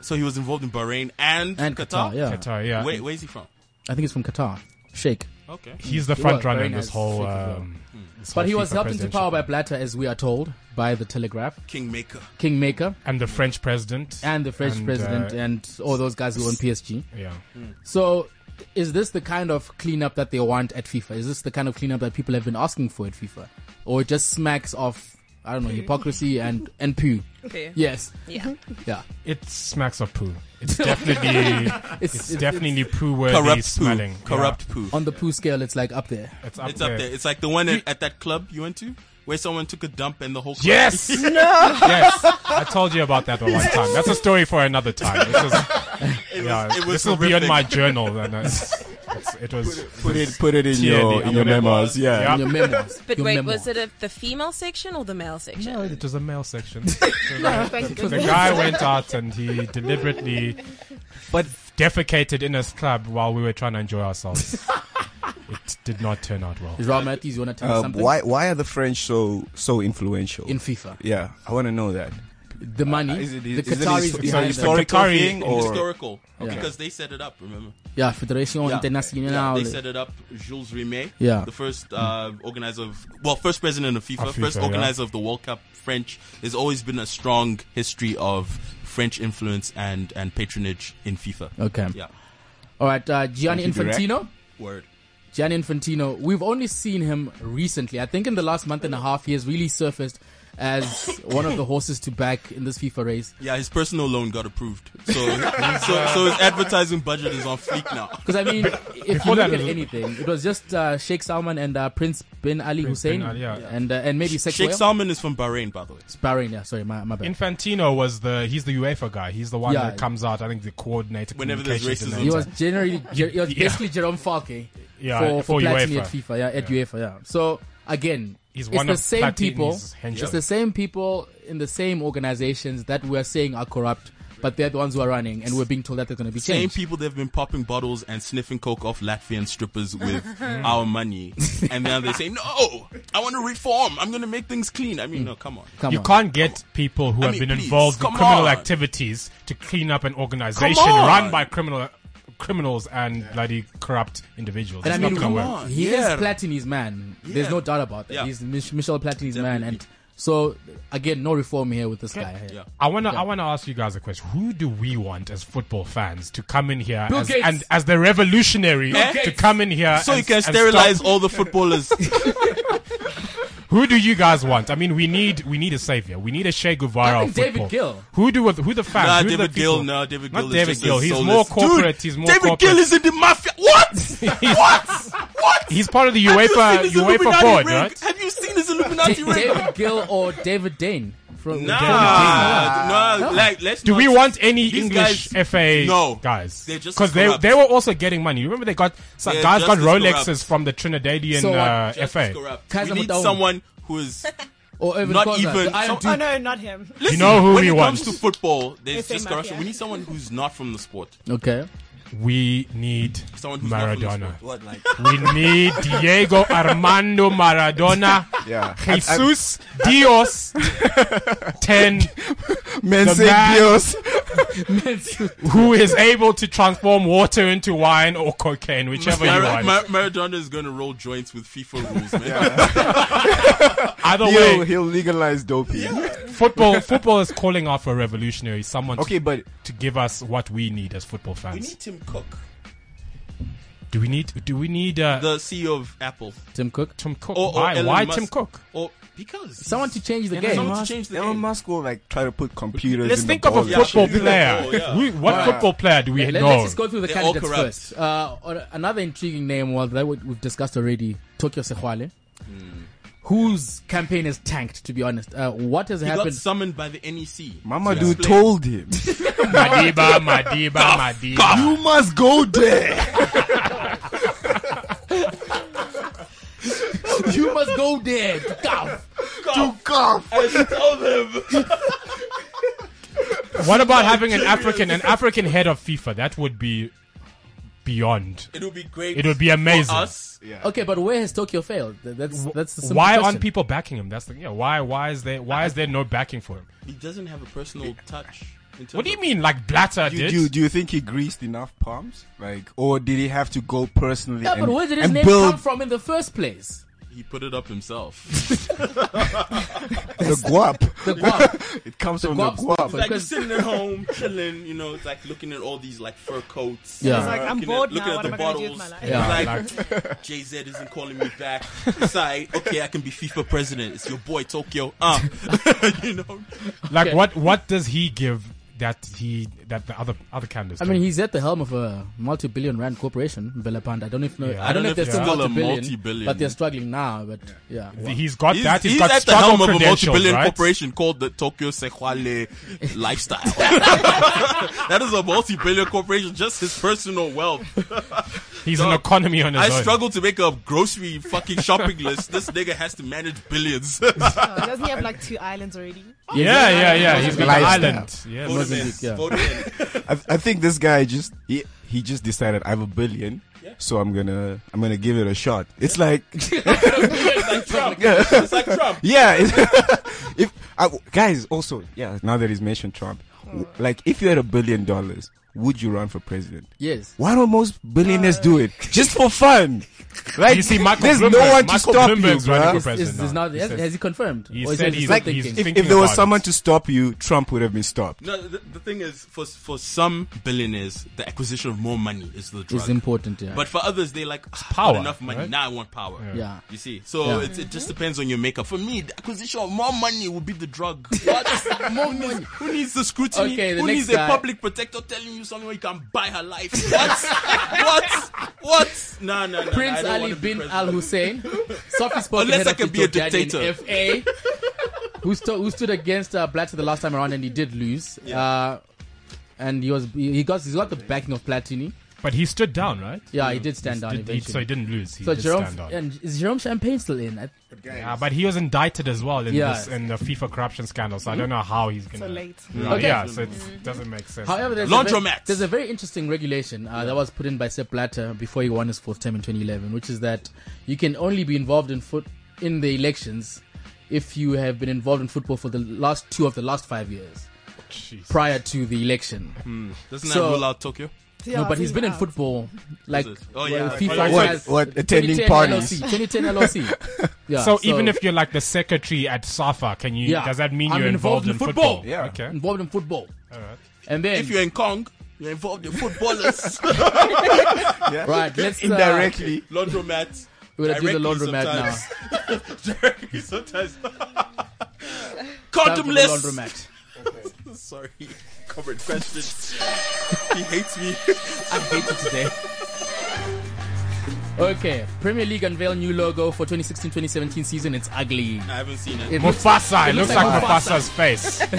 S4: so he was involved in Bahrain and,
S3: and Qatar, yeah.
S5: Qatar, yeah.
S4: Where, where's he from?
S3: I think it's from Qatar. Sheikh.
S4: Okay.
S5: he's the
S3: He
S5: front
S3: was
S5: runner
S3: very
S5: in this
S3: nice
S5: whole.
S3: figure as well.
S5: Um, this
S3: But
S5: whole
S3: he was
S5: FIFA
S3: helped into
S5: presidential
S3: power by
S5: thing.
S3: Blatter, as we are told by the Telegraph,
S4: Kingmaker.
S3: Kingmaker,
S5: and the French president
S3: and the French
S5: And,
S3: president,
S5: uh,
S3: and all those guys who own PSG.
S5: yeah.
S3: So, is this the kind of cleanup that they want at FIFA? Is this the kind of cleanup that people have been asking for at FIFA, or it just smacks of I don't know hypocrisy and and poo?
S1: Poo.
S3: Yes,
S1: Yeah.
S3: yeah,
S5: It smacks of poo. It's definitely
S3: it's,
S5: it's,
S3: it's-
S5: definitely poo worthy
S4: Corrupt poo.
S5: smelling.
S4: Corrupt poo.
S3: on the poo scale. It's like up there.
S5: Yeah, it's up
S4: It's
S5: there.
S4: up there. It's like the one at, at that club you went to where someone took a dump and the whole club.
S5: Yes. no. Yes. I told you about that one time. That's a story for another time. This is, yeah,
S4: it was
S5: this will be on
S4: horrific.
S5: my journal. And it's, it's, it was.
S2: Put it, put it in
S5: Yeah,
S2: your
S5: the-
S2: in your memoirs. Yeah.
S3: In your memoirs.
S1: But
S3: your
S1: wait,
S3: memoirs.
S1: was it a, the female section or the male section?
S5: No, it was a male section.
S8: Thank
S5: the
S8: goodness.
S5: guy went out and he deliberately, but defecated in his club while we were trying to enjoy ourselves. it did not turn out well.
S3: Raw Matthews, you want to tell us
S2: Uh,
S3: something?
S2: why why are the French so so influential?
S3: In FIFA,
S2: yeah, I want to know that.
S3: the money,
S2: Uh, is it-
S3: the
S2: is it
S3: Qataris
S2: histo- so
S3: behind them.
S2: historic- Historical
S5: Qatari-
S2: thing or-
S4: Historical.
S3: Okay.
S4: Because they set it up, remember?
S3: Yeah, Federation
S4: Yeah. Yeah,
S3: Internationale.
S4: they set it up. Jules Rimet,
S3: Yeah.
S4: the first uh, organizer of, well, first president of FIFA,
S5: Of
S4: first
S5: FIFA, yeah.
S4: organizer of the World Cup. French. There's always been a strong history of French influence and and patronage in FIFA.
S3: okay.
S4: Yeah,
S3: All right, uh, Gianni
S2: Thank you, Direct.
S3: Infantino.
S4: word.
S3: Gianni Infantino, we've only seen him recently. I think in the last month and a half, he has really surfaced as one of the horses to back in this FIFA race.
S4: Yeah, his personal loan got approved, so so, so his advertising budget is on fleek now.
S3: Because I mean, if you
S5: Before that,
S3: look at
S5: it was-
S3: anything, it was just uh, Sheikh Salman and uh, Prince bin Ali
S5: Prince
S3: Hussein,
S5: bin Ali, yeah. Yeah.
S3: and uh, and maybe Sheikh
S4: Sheikh Salman is from Bahrain, by the way.
S3: Bahrain. Yeah, sorry, my my bad.
S5: Infantino was the he's the UEFA guy. He's the one
S3: Yeah.
S5: that comes out. I think the coordinator.
S4: Whenever there's
S5: communications
S4: racism.
S5: and
S3: he
S5: all
S3: was
S5: that.
S3: generally Jer- he was basically Jerome Falke
S5: Yeah,
S3: for, for,
S5: for
S3: Platini
S5: UEFA.
S3: at FIFA, yeah, at UEFA, yeah. So again,
S5: He's
S3: it's
S5: one
S3: the
S5: of
S3: same
S5: Platini's
S3: people,
S5: henchmen.
S3: it's the same people in the same organizations that we are saying are corrupt, but they're the ones who are running, and we're being told that they're going to be
S4: Same
S3: changed.
S4: people that have been popping bottles and sniffing coke off Latvian strippers with our money, and now they say, "No, I want to reform. I'm going to make things clean." I mean, no, come on.
S3: Come
S5: You
S3: on.
S5: can't get people who
S4: I
S5: have
S4: mean,
S5: been
S4: please,
S5: involved in
S4: come
S5: criminal
S4: on.
S5: activities to clean up an organization
S4: Come on.
S5: run by criminal criminals and bloody corrupt individuals.
S3: And I
S5: It's
S3: mean,
S5: not gonna
S3: we-
S5: work.
S4: on.
S3: he
S4: Yeah.
S3: is Platini's man. There's
S4: Yeah.
S3: no doubt about that.
S4: Yeah.
S3: He's Mich- Michel Platini's man,
S4: Definitely.
S3: and so again, no reform here with this guy. here.
S4: Yeah.
S5: I wanna, I wanna ask you guys a question. Who do we want as football fans to come in here
S3: Bill
S5: as,
S3: Gates.
S5: and as the revolutionary to
S4: Gates.
S5: come in here?
S4: So
S5: and,
S4: you can
S5: and stop-
S4: sterilize all the footballers.
S5: Who do you guys want? I mean, we need, we need a savior. We need a Che Guevara.
S3: I
S5: of
S3: think David
S5: football.
S3: Gill.
S5: Who do who the fans?
S4: Nah,
S5: who
S4: David
S5: the
S4: Gill,
S5: people-
S4: no, David Gill.
S5: Not
S4: is
S5: David
S4: just a
S5: Gill. He's
S4: soulless-
S5: more
S4: Dude,
S5: corporate. he's more
S4: David
S5: corporate.
S4: Gill is in the mafia. What? what? What?
S5: He's part of the
S4: Have you
S5: UEFA
S4: seen his
S5: UEFA
S4: Illuminati
S5: board,
S4: ring?
S5: right?
S4: Have you seen his Illuminati
S3: Da-
S4: ring?
S3: David Gill or David Dane from
S4: Nah, no, like let's.
S5: Do
S4: not-
S5: we want any
S4: these
S5: English
S4: guys-
S5: FA
S4: No.
S5: guys?
S4: They're just
S5: because
S4: as
S5: they
S4: corrupt.
S5: they were also getting money. Remember, they got some
S4: They're
S5: guys
S4: just
S5: got
S4: as
S5: Rolexes
S4: corrupt.
S5: from the Trinidadian
S3: So what?
S5: uh,
S4: Just
S5: FA.
S4: corrupt.
S3: Kaiser
S4: We need
S3: Motaung.
S4: someone who is.
S3: or Irvin
S4: Not
S3: Khoza,
S4: even-
S3: the Iron
S4: some-
S8: Oh
S3: Duke.
S8: no, not him.
S4: Listen,
S5: know who
S4: when
S5: we
S4: it
S5: want.
S4: comes to football, there's
S8: It's a
S4: just
S8: mafia.
S4: corruption. We need someone who's not from the sport.
S3: Okay,
S5: We need
S4: Someone who's not from the
S5: Maradona.
S4: sport. What, like,
S5: We need Diego Armando Maradona,
S2: Yeah.
S5: Jesus Dios, ten,
S2: Men
S5: The
S2: say
S5: man-
S2: Dios.
S5: who is able to transform water into wine or cocaine, whichever you
S4: Mar-
S5: want.
S4: Mar- Maradona is going to roll joints with FIFA rules, man.
S5: Either
S2: He'll,
S5: way,
S2: he'll legalize doping.
S5: football football is calling out for a revolutionary. Someone
S2: Okay,
S5: okay.
S2: but
S5: to give us what we need as football fans.
S4: We need Tim Cook,
S5: Do we need? Do we need uh,
S4: the CEO of Apple,
S3: Tim Cook.
S5: Tim Cook?
S4: or, or
S5: why?
S4: Elon
S5: Why
S4: Musk,
S5: Tim Cook?
S4: or Because
S3: Someone to change the game.
S4: someone to change the
S2: Elon
S4: game.
S2: Musk will like try to put computers.
S5: Let's
S2: in
S5: think
S2: the
S5: of a
S2: ball.
S5: football
S4: Yeah.
S5: player.
S4: Oh, yeah.
S5: We, what football player do we
S3: Let,
S5: know?
S3: us just go through the
S4: They're all
S3: candidates
S4: corrupt.
S3: first. Uh, or- another intriguing name was that we- we've discussed already, Tokyo Sehwale, whose campaign is tanked. To be honest, uh, what has
S4: He got
S3: happened?
S4: summoned by the E NEC.
S2: Mama
S4: to
S2: dude
S4: explain.
S2: told him
S5: Madiba, Madiba, Madiba.
S2: you must go there.
S3: you must go there. to Gaff.
S2: You cough.
S5: What about having an African, an African head of FIFA? That would be beyond.
S4: It would be great.
S5: It would be amazing.
S4: For us.
S3: okay, but where has Tokyo failed? Th- That's that's the simple
S5: Why
S3: question.
S5: aren't people backing him? That's the yeah. Why why is there why is there no backing for him?
S4: He doesn't have a personal touch. in terms
S5: What do you
S4: of-
S5: mean, like Blatter
S2: Do
S5: did?
S2: you, do you think he greased enough palms? Like, or did he have to go personally?
S3: Yeah,
S2: and,
S3: but where did his
S2: and
S3: name
S2: build
S3: come from in the first place?
S4: He put it up himself.
S2: the guap?
S3: The Guap.
S2: it comes from
S3: guap
S2: the
S3: stands
S2: guap.
S3: for-
S4: like you're
S3: Because-
S4: sitting at home chilling, you know, it's like looking at all these like fur coats.
S3: Yeah.
S4: It's
S3: It's
S8: like, I'm
S4: looking
S8: bored
S4: at, looking
S8: now,
S4: At
S8: what
S4: the
S8: am I gonna do
S4: bottles.
S8: with my life?
S4: It's
S3: Yeah.
S4: Like Jay Z isn't calling me back. It's like okay, I can be FIFA president. It's your boy Tokyo. Uh, you know,
S5: Like
S3: Okay.
S5: what what does he give that he that the other other candidates?
S3: I mean,
S5: don't?
S3: he's at the helm of a multi-billion rand corporation, Velapanda. I don't know if know, I, don't know if they're
S5: it's
S3: still
S4: still a
S3: multi-billion,
S4: multi-billion.
S3: but they're struggling now. But yeah,
S5: he's got
S4: he's,
S5: that.
S4: he's
S5: got
S4: at the
S5: struggle
S4: helm of a
S5: credentials,
S4: multi-billion
S5: right?
S4: corporation called the Tokyo Sekwale Lifestyle. that is a multi-billion corporation. Just his personal wealth.
S5: He's an
S4: Dog,
S5: economy on his
S4: I
S5: own.
S4: struggle to make a grocery fucking shopping list. This nigga has to manage billions.
S8: Oh, doesn't he have like two islands already?
S5: Yeah, yeah, yeah. He's got the
S2: Lifestyle.
S5: island. Yeah.
S4: Vote him in.
S3: yeah.
S4: Vote him in.
S2: I, I think this guy just he, he just decided I have a billion, so I'm gonna I'm gonna give it a shot. It's like
S4: It's like Trump.
S2: yeah, it's- if I, guys also yeah. Now that he's mentioned Trump, w- like if you had a billion dollars, would you run for president?
S3: yes.
S2: Why don't most billionaires do it just for fun? Like
S5: You see, Michael
S2: there's
S5: Bloomberg.
S2: no one to
S5: Michael
S2: stop
S5: Bloomberg's
S2: you,
S5: running
S2: bruh.
S5: for president.
S3: Is, is
S5: now.
S3: not,
S5: He
S3: has,
S5: says-
S3: has he confirmed?
S5: he
S3: Or is
S5: said
S3: just
S5: he's-
S3: not
S5: like,
S3: thinking?
S5: he's-
S2: If,
S5: thinking
S2: if there was
S5: about
S2: someone
S5: it.
S2: to stop you, Trump would have been stopped.
S4: No, the, the thing is, for for some billionaires, the acquisition of more money is the drug.
S3: It's important, yeah.
S4: But for others, they like "Ah, I've got
S5: power,
S4: enough money.
S5: right?
S4: Now I want power.
S3: Yeah.
S4: You see, so
S3: Yeah. Mm-hmm.
S4: it's, it just depends on your makeup. For me, the acquisition of more money will be the drug. What?
S3: more money.
S4: Who needs the scrutiny?
S3: Okay, the
S4: Who
S3: next
S4: needs
S3: guy.
S4: a public protector telling you somewhere you can buy her life? What? what? What? No, no, no. I
S3: Prince
S4: don't
S3: Ali
S4: wanna be
S3: bin
S4: president.
S3: Al Hussein, softly spoken
S4: Unless
S3: head
S4: I
S3: of
S4: can
S3: the
S4: be a
S3: Jordanian
S4: dictator.
S3: FA, who, sto- who stood against uh, Blatter the last time around and he did lose. Uh, and he was he got he got the backing of Platini.
S5: But he stood down, right?
S3: Yeah, he did stand down
S5: Did- he-
S3: eventually.
S5: so he didn't lose. He
S3: So
S5: did
S3: Jerome
S5: stand down.
S3: and is Jerome Champagne still in? I-
S5: Yeah, but he was indicted as well in
S3: Yeah.
S5: this in the FIFA corruption scandal. So I don't know how he's gonna.
S8: So late. Mm-hmm.
S5: Yeah,
S3: Okay.
S5: yeah, so it doesn't make sense.
S3: However, there's A very,
S4: Laundromats.
S3: there's a very interesting regulation uh, that was put in by Sepp Blatter before he won his fourth term in 2011, which is that you can only be involved in foot in the elections if you have been involved in football for the last two of the last five years
S5: Jeez.
S3: prior to the election.
S4: Hmm. Doesn't
S3: So-
S8: Oh.
S4: that rule out Tokyo?
S8: Yeah,
S3: no, but he's been in
S8: out.
S3: football like
S4: Is it? Oh, yeah.
S3: well,
S4: Like,
S3: FIFA
S4: what-
S3: was-
S2: what, attending
S3: 2010
S2: parties?
S3: LLC, 2010 LLC. Yeah,
S5: so, even if you're like the secretary at SAFA, can you?
S3: Yeah.
S5: Does that mean
S3: I'm
S5: you're involved, in football?
S2: Yeah.
S5: Okay.
S3: involved in football,
S5: All right.
S3: and then
S4: If you're in Kong, you're involved in footballers,
S3: right, let's uh,
S2: Indirectly,
S4: laundromats.
S3: we're gonna do the
S4: Directly
S3: laundromat now.
S4: sometimes. Directly sometimes.
S3: Time for the
S4: Condomless.
S3: laundromat.
S4: Sorry, covered questions. he hates me.
S3: I hate you today. Okay, Premier League unveil new logo for 2016-2017 season. It's ugly.
S4: I haven't seen it.
S3: It looks,
S5: Mufasa. It looks like,
S3: like Mufasa.
S5: Mufasa's face.
S3: it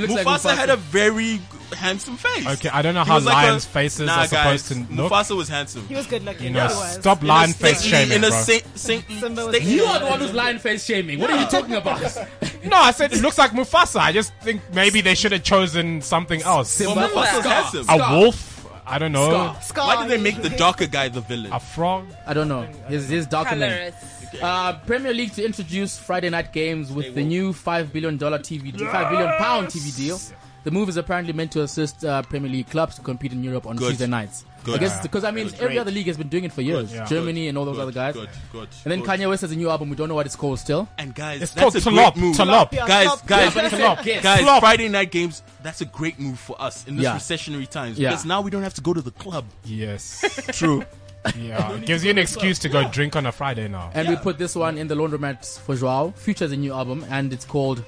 S3: looks
S4: Mufasa,
S3: like Mufasa
S4: had a very g- handsome face.
S5: Okay, I don't know
S4: He
S5: how
S4: was like
S5: lions'
S4: a-
S5: faces
S4: nah,
S5: are supposed
S4: guys,
S5: to look.
S4: Mufasa was handsome.
S8: He was good looking.
S5: You know,
S8: he was.
S5: stop
S4: In a
S5: lion face
S4: stately-
S5: shaming,
S4: In a
S5: bro.
S4: saint, saint,
S8: Simba was
S4: stately-
S8: good.
S3: You are the one who's lion face shaming. What are you talking about?
S5: No, I said it looks like Mufasa. I just think maybe they should have chosen something else.
S4: Well,
S3: Simba.
S4: Mufasa's
S3: Scar.
S4: handsome.
S5: a wolf. I don't know.
S8: Scar.
S4: Why did they make the darker guy the villain?
S5: A frog.
S3: I don't know. His his darker name.
S1: Colorist.
S3: Uh, Premier League to introduce Friday night games with the new five billion dollar TV, deal, five billion pound TV deal. The move is apparently meant to assist uh, Premier League clubs to compete in Europe on
S4: Good.
S3: Tuesday nights. I
S4: Good.
S3: guess because I mean every other league has been doing it for years.
S5: Yeah.
S3: Germany and all those
S4: Good,
S3: other guys.
S4: Good, good.
S3: And then
S4: good.
S3: Kanye West has a new album. We don't know what it's called still.
S4: And guys,
S5: It's
S4: that's
S5: called
S4: a
S5: Tlop.
S4: great move.
S5: Tlop.
S8: Yeah,
S4: Guys,
S8: stop.
S4: guys,
S8: Yeah,
S3: but it's
S4: guys,
S3: a guess.
S4: guys,
S5: Flop.
S4: Friday night games, that's a great move for us in this
S3: Yeah.
S4: recessionary times.
S3: Yeah.
S4: Because now we don't have to go to the club.
S5: Yes.
S2: true.
S5: Yeah, it gives you an excuse to go drink on a Friday now.
S3: And we put this one in the laundromat for Joao. Future's a new album, and it's called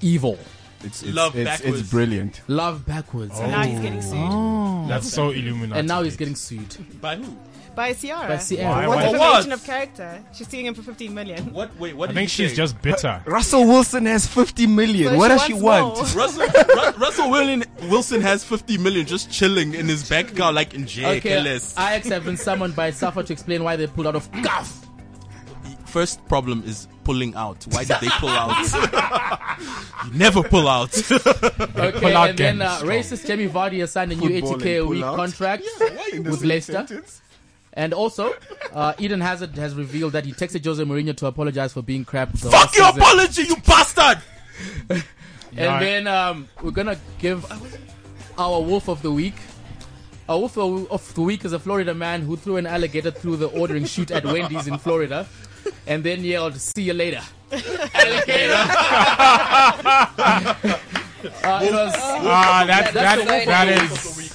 S3: Evil.
S2: It's, it's,
S4: Love
S2: it's, it's
S4: backwards.
S2: brilliant.
S3: Love Backwards.
S8: Now he's getting sued
S5: That's so illuminating.
S3: Oh. And now he's getting sued
S4: By who?
S8: by Ciara.
S3: by
S5: Why?
S3: Sierra.
S5: Why?
S8: What
S4: What?
S8: information of character? She's suing him for 15 million.
S4: What? Wait, what
S5: I
S4: did
S5: think
S4: you
S5: she's
S4: say?
S5: just bitter.
S2: Russell Wilson has 50 million.
S8: So
S2: what
S8: she
S2: does she want?
S8: wants more.
S4: Russell, Ru- Russell Wilson, Wilson has 50 million just chilling in his bank account, like in jail.
S3: Okay,
S4: careless.
S3: Ajax have been summoned by Safa to explain why they pulled out of GAF.
S4: First problem is pulling out. Why did they pull out? you never pull out.
S3: Okay,
S5: Pull out
S3: and then uh,
S5: games.
S3: racist Jamie Vardy has signed a new
S2: Football
S3: 80k a
S2: and
S3: week
S2: pull out.
S3: contract with Leicester. And also, uh, Eden Hazard has revealed that he texted Jose Mourinho to apologize for being crap. the whole
S4: Fuck your
S3: season.
S4: apology, you bastard!
S3: And then um, we're gonna give our wolf of the week. Our wolf of of the week is a Florida man who threw an alligator through the ordering chute at Wendy's in Florida, and then yelled, "See you later, alligator." Uh, it was
S5: Ah, that
S3: That's the
S5: that
S3: way
S5: that
S3: it
S5: is.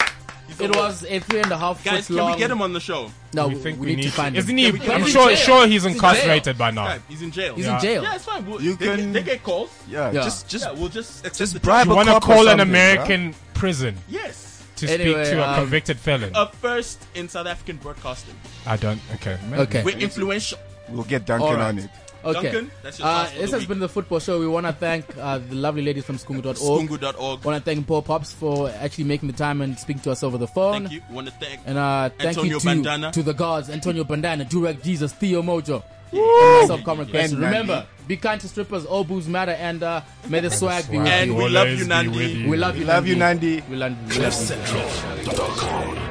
S3: it was a three and a half
S4: Guys,
S3: foot
S4: can
S3: long.
S4: we get him on the show?
S3: No,
S5: We
S3: we,
S5: think
S3: we need, to find
S5: Isn't
S3: him.
S5: he?
S3: him.
S5: I'm
S3: He's
S5: sure
S3: in jail.
S5: sure he's
S3: in
S5: incarcerated by now.
S4: Guy, He's in jail.
S3: He's
S4: yeah.
S3: in jail.
S4: Yeah, it's fine. We'll,
S2: You
S4: they,
S2: can-
S4: get, they get calls.
S2: Yeah,
S3: Yeah.
S2: just just
S4: Yeah, we'll just accept
S2: just
S4: the-
S2: bribe
S5: You
S2: a
S5: want to
S2: cop or
S5: call an
S2: something,
S5: American prison
S4: Yes,
S5: to
S3: Anyway,
S5: speak to a
S3: um,
S5: convicted felon?
S4: a first in South African broadcasting.
S5: I don't. Okay.
S3: Okay.
S4: We're influential.
S2: bruh. We'll get Duncan
S3: Alright.
S2: on it.
S3: Okay.
S4: Duncan, that's your
S3: uh,
S4: task for
S3: this
S4: the
S3: has
S4: week.
S3: been the football show. We want to thank uh, the lovely ladies from Skungu.org.
S4: Skungu.org.
S3: Want to thank Paul Pops for actually making the time and speaking to us over the phone.
S4: Thank you. Want to thank
S3: And uh, thank
S4: Antonio
S3: you to,
S4: Bandana.
S3: to the gods, Antonio Bandana, Durek Jesus, Theo Mojo, and myself, Comrade Chris.
S2: And
S3: Remember, be kind to strippers, all booze matter, and uh, may the swag be with
S4: And
S3: you.
S4: we love you, Nandi.
S3: We love you,
S2: Love you,
S3: Nandi.
S2: Nandi.
S3: We love you, Nandi.
S4: Central.com.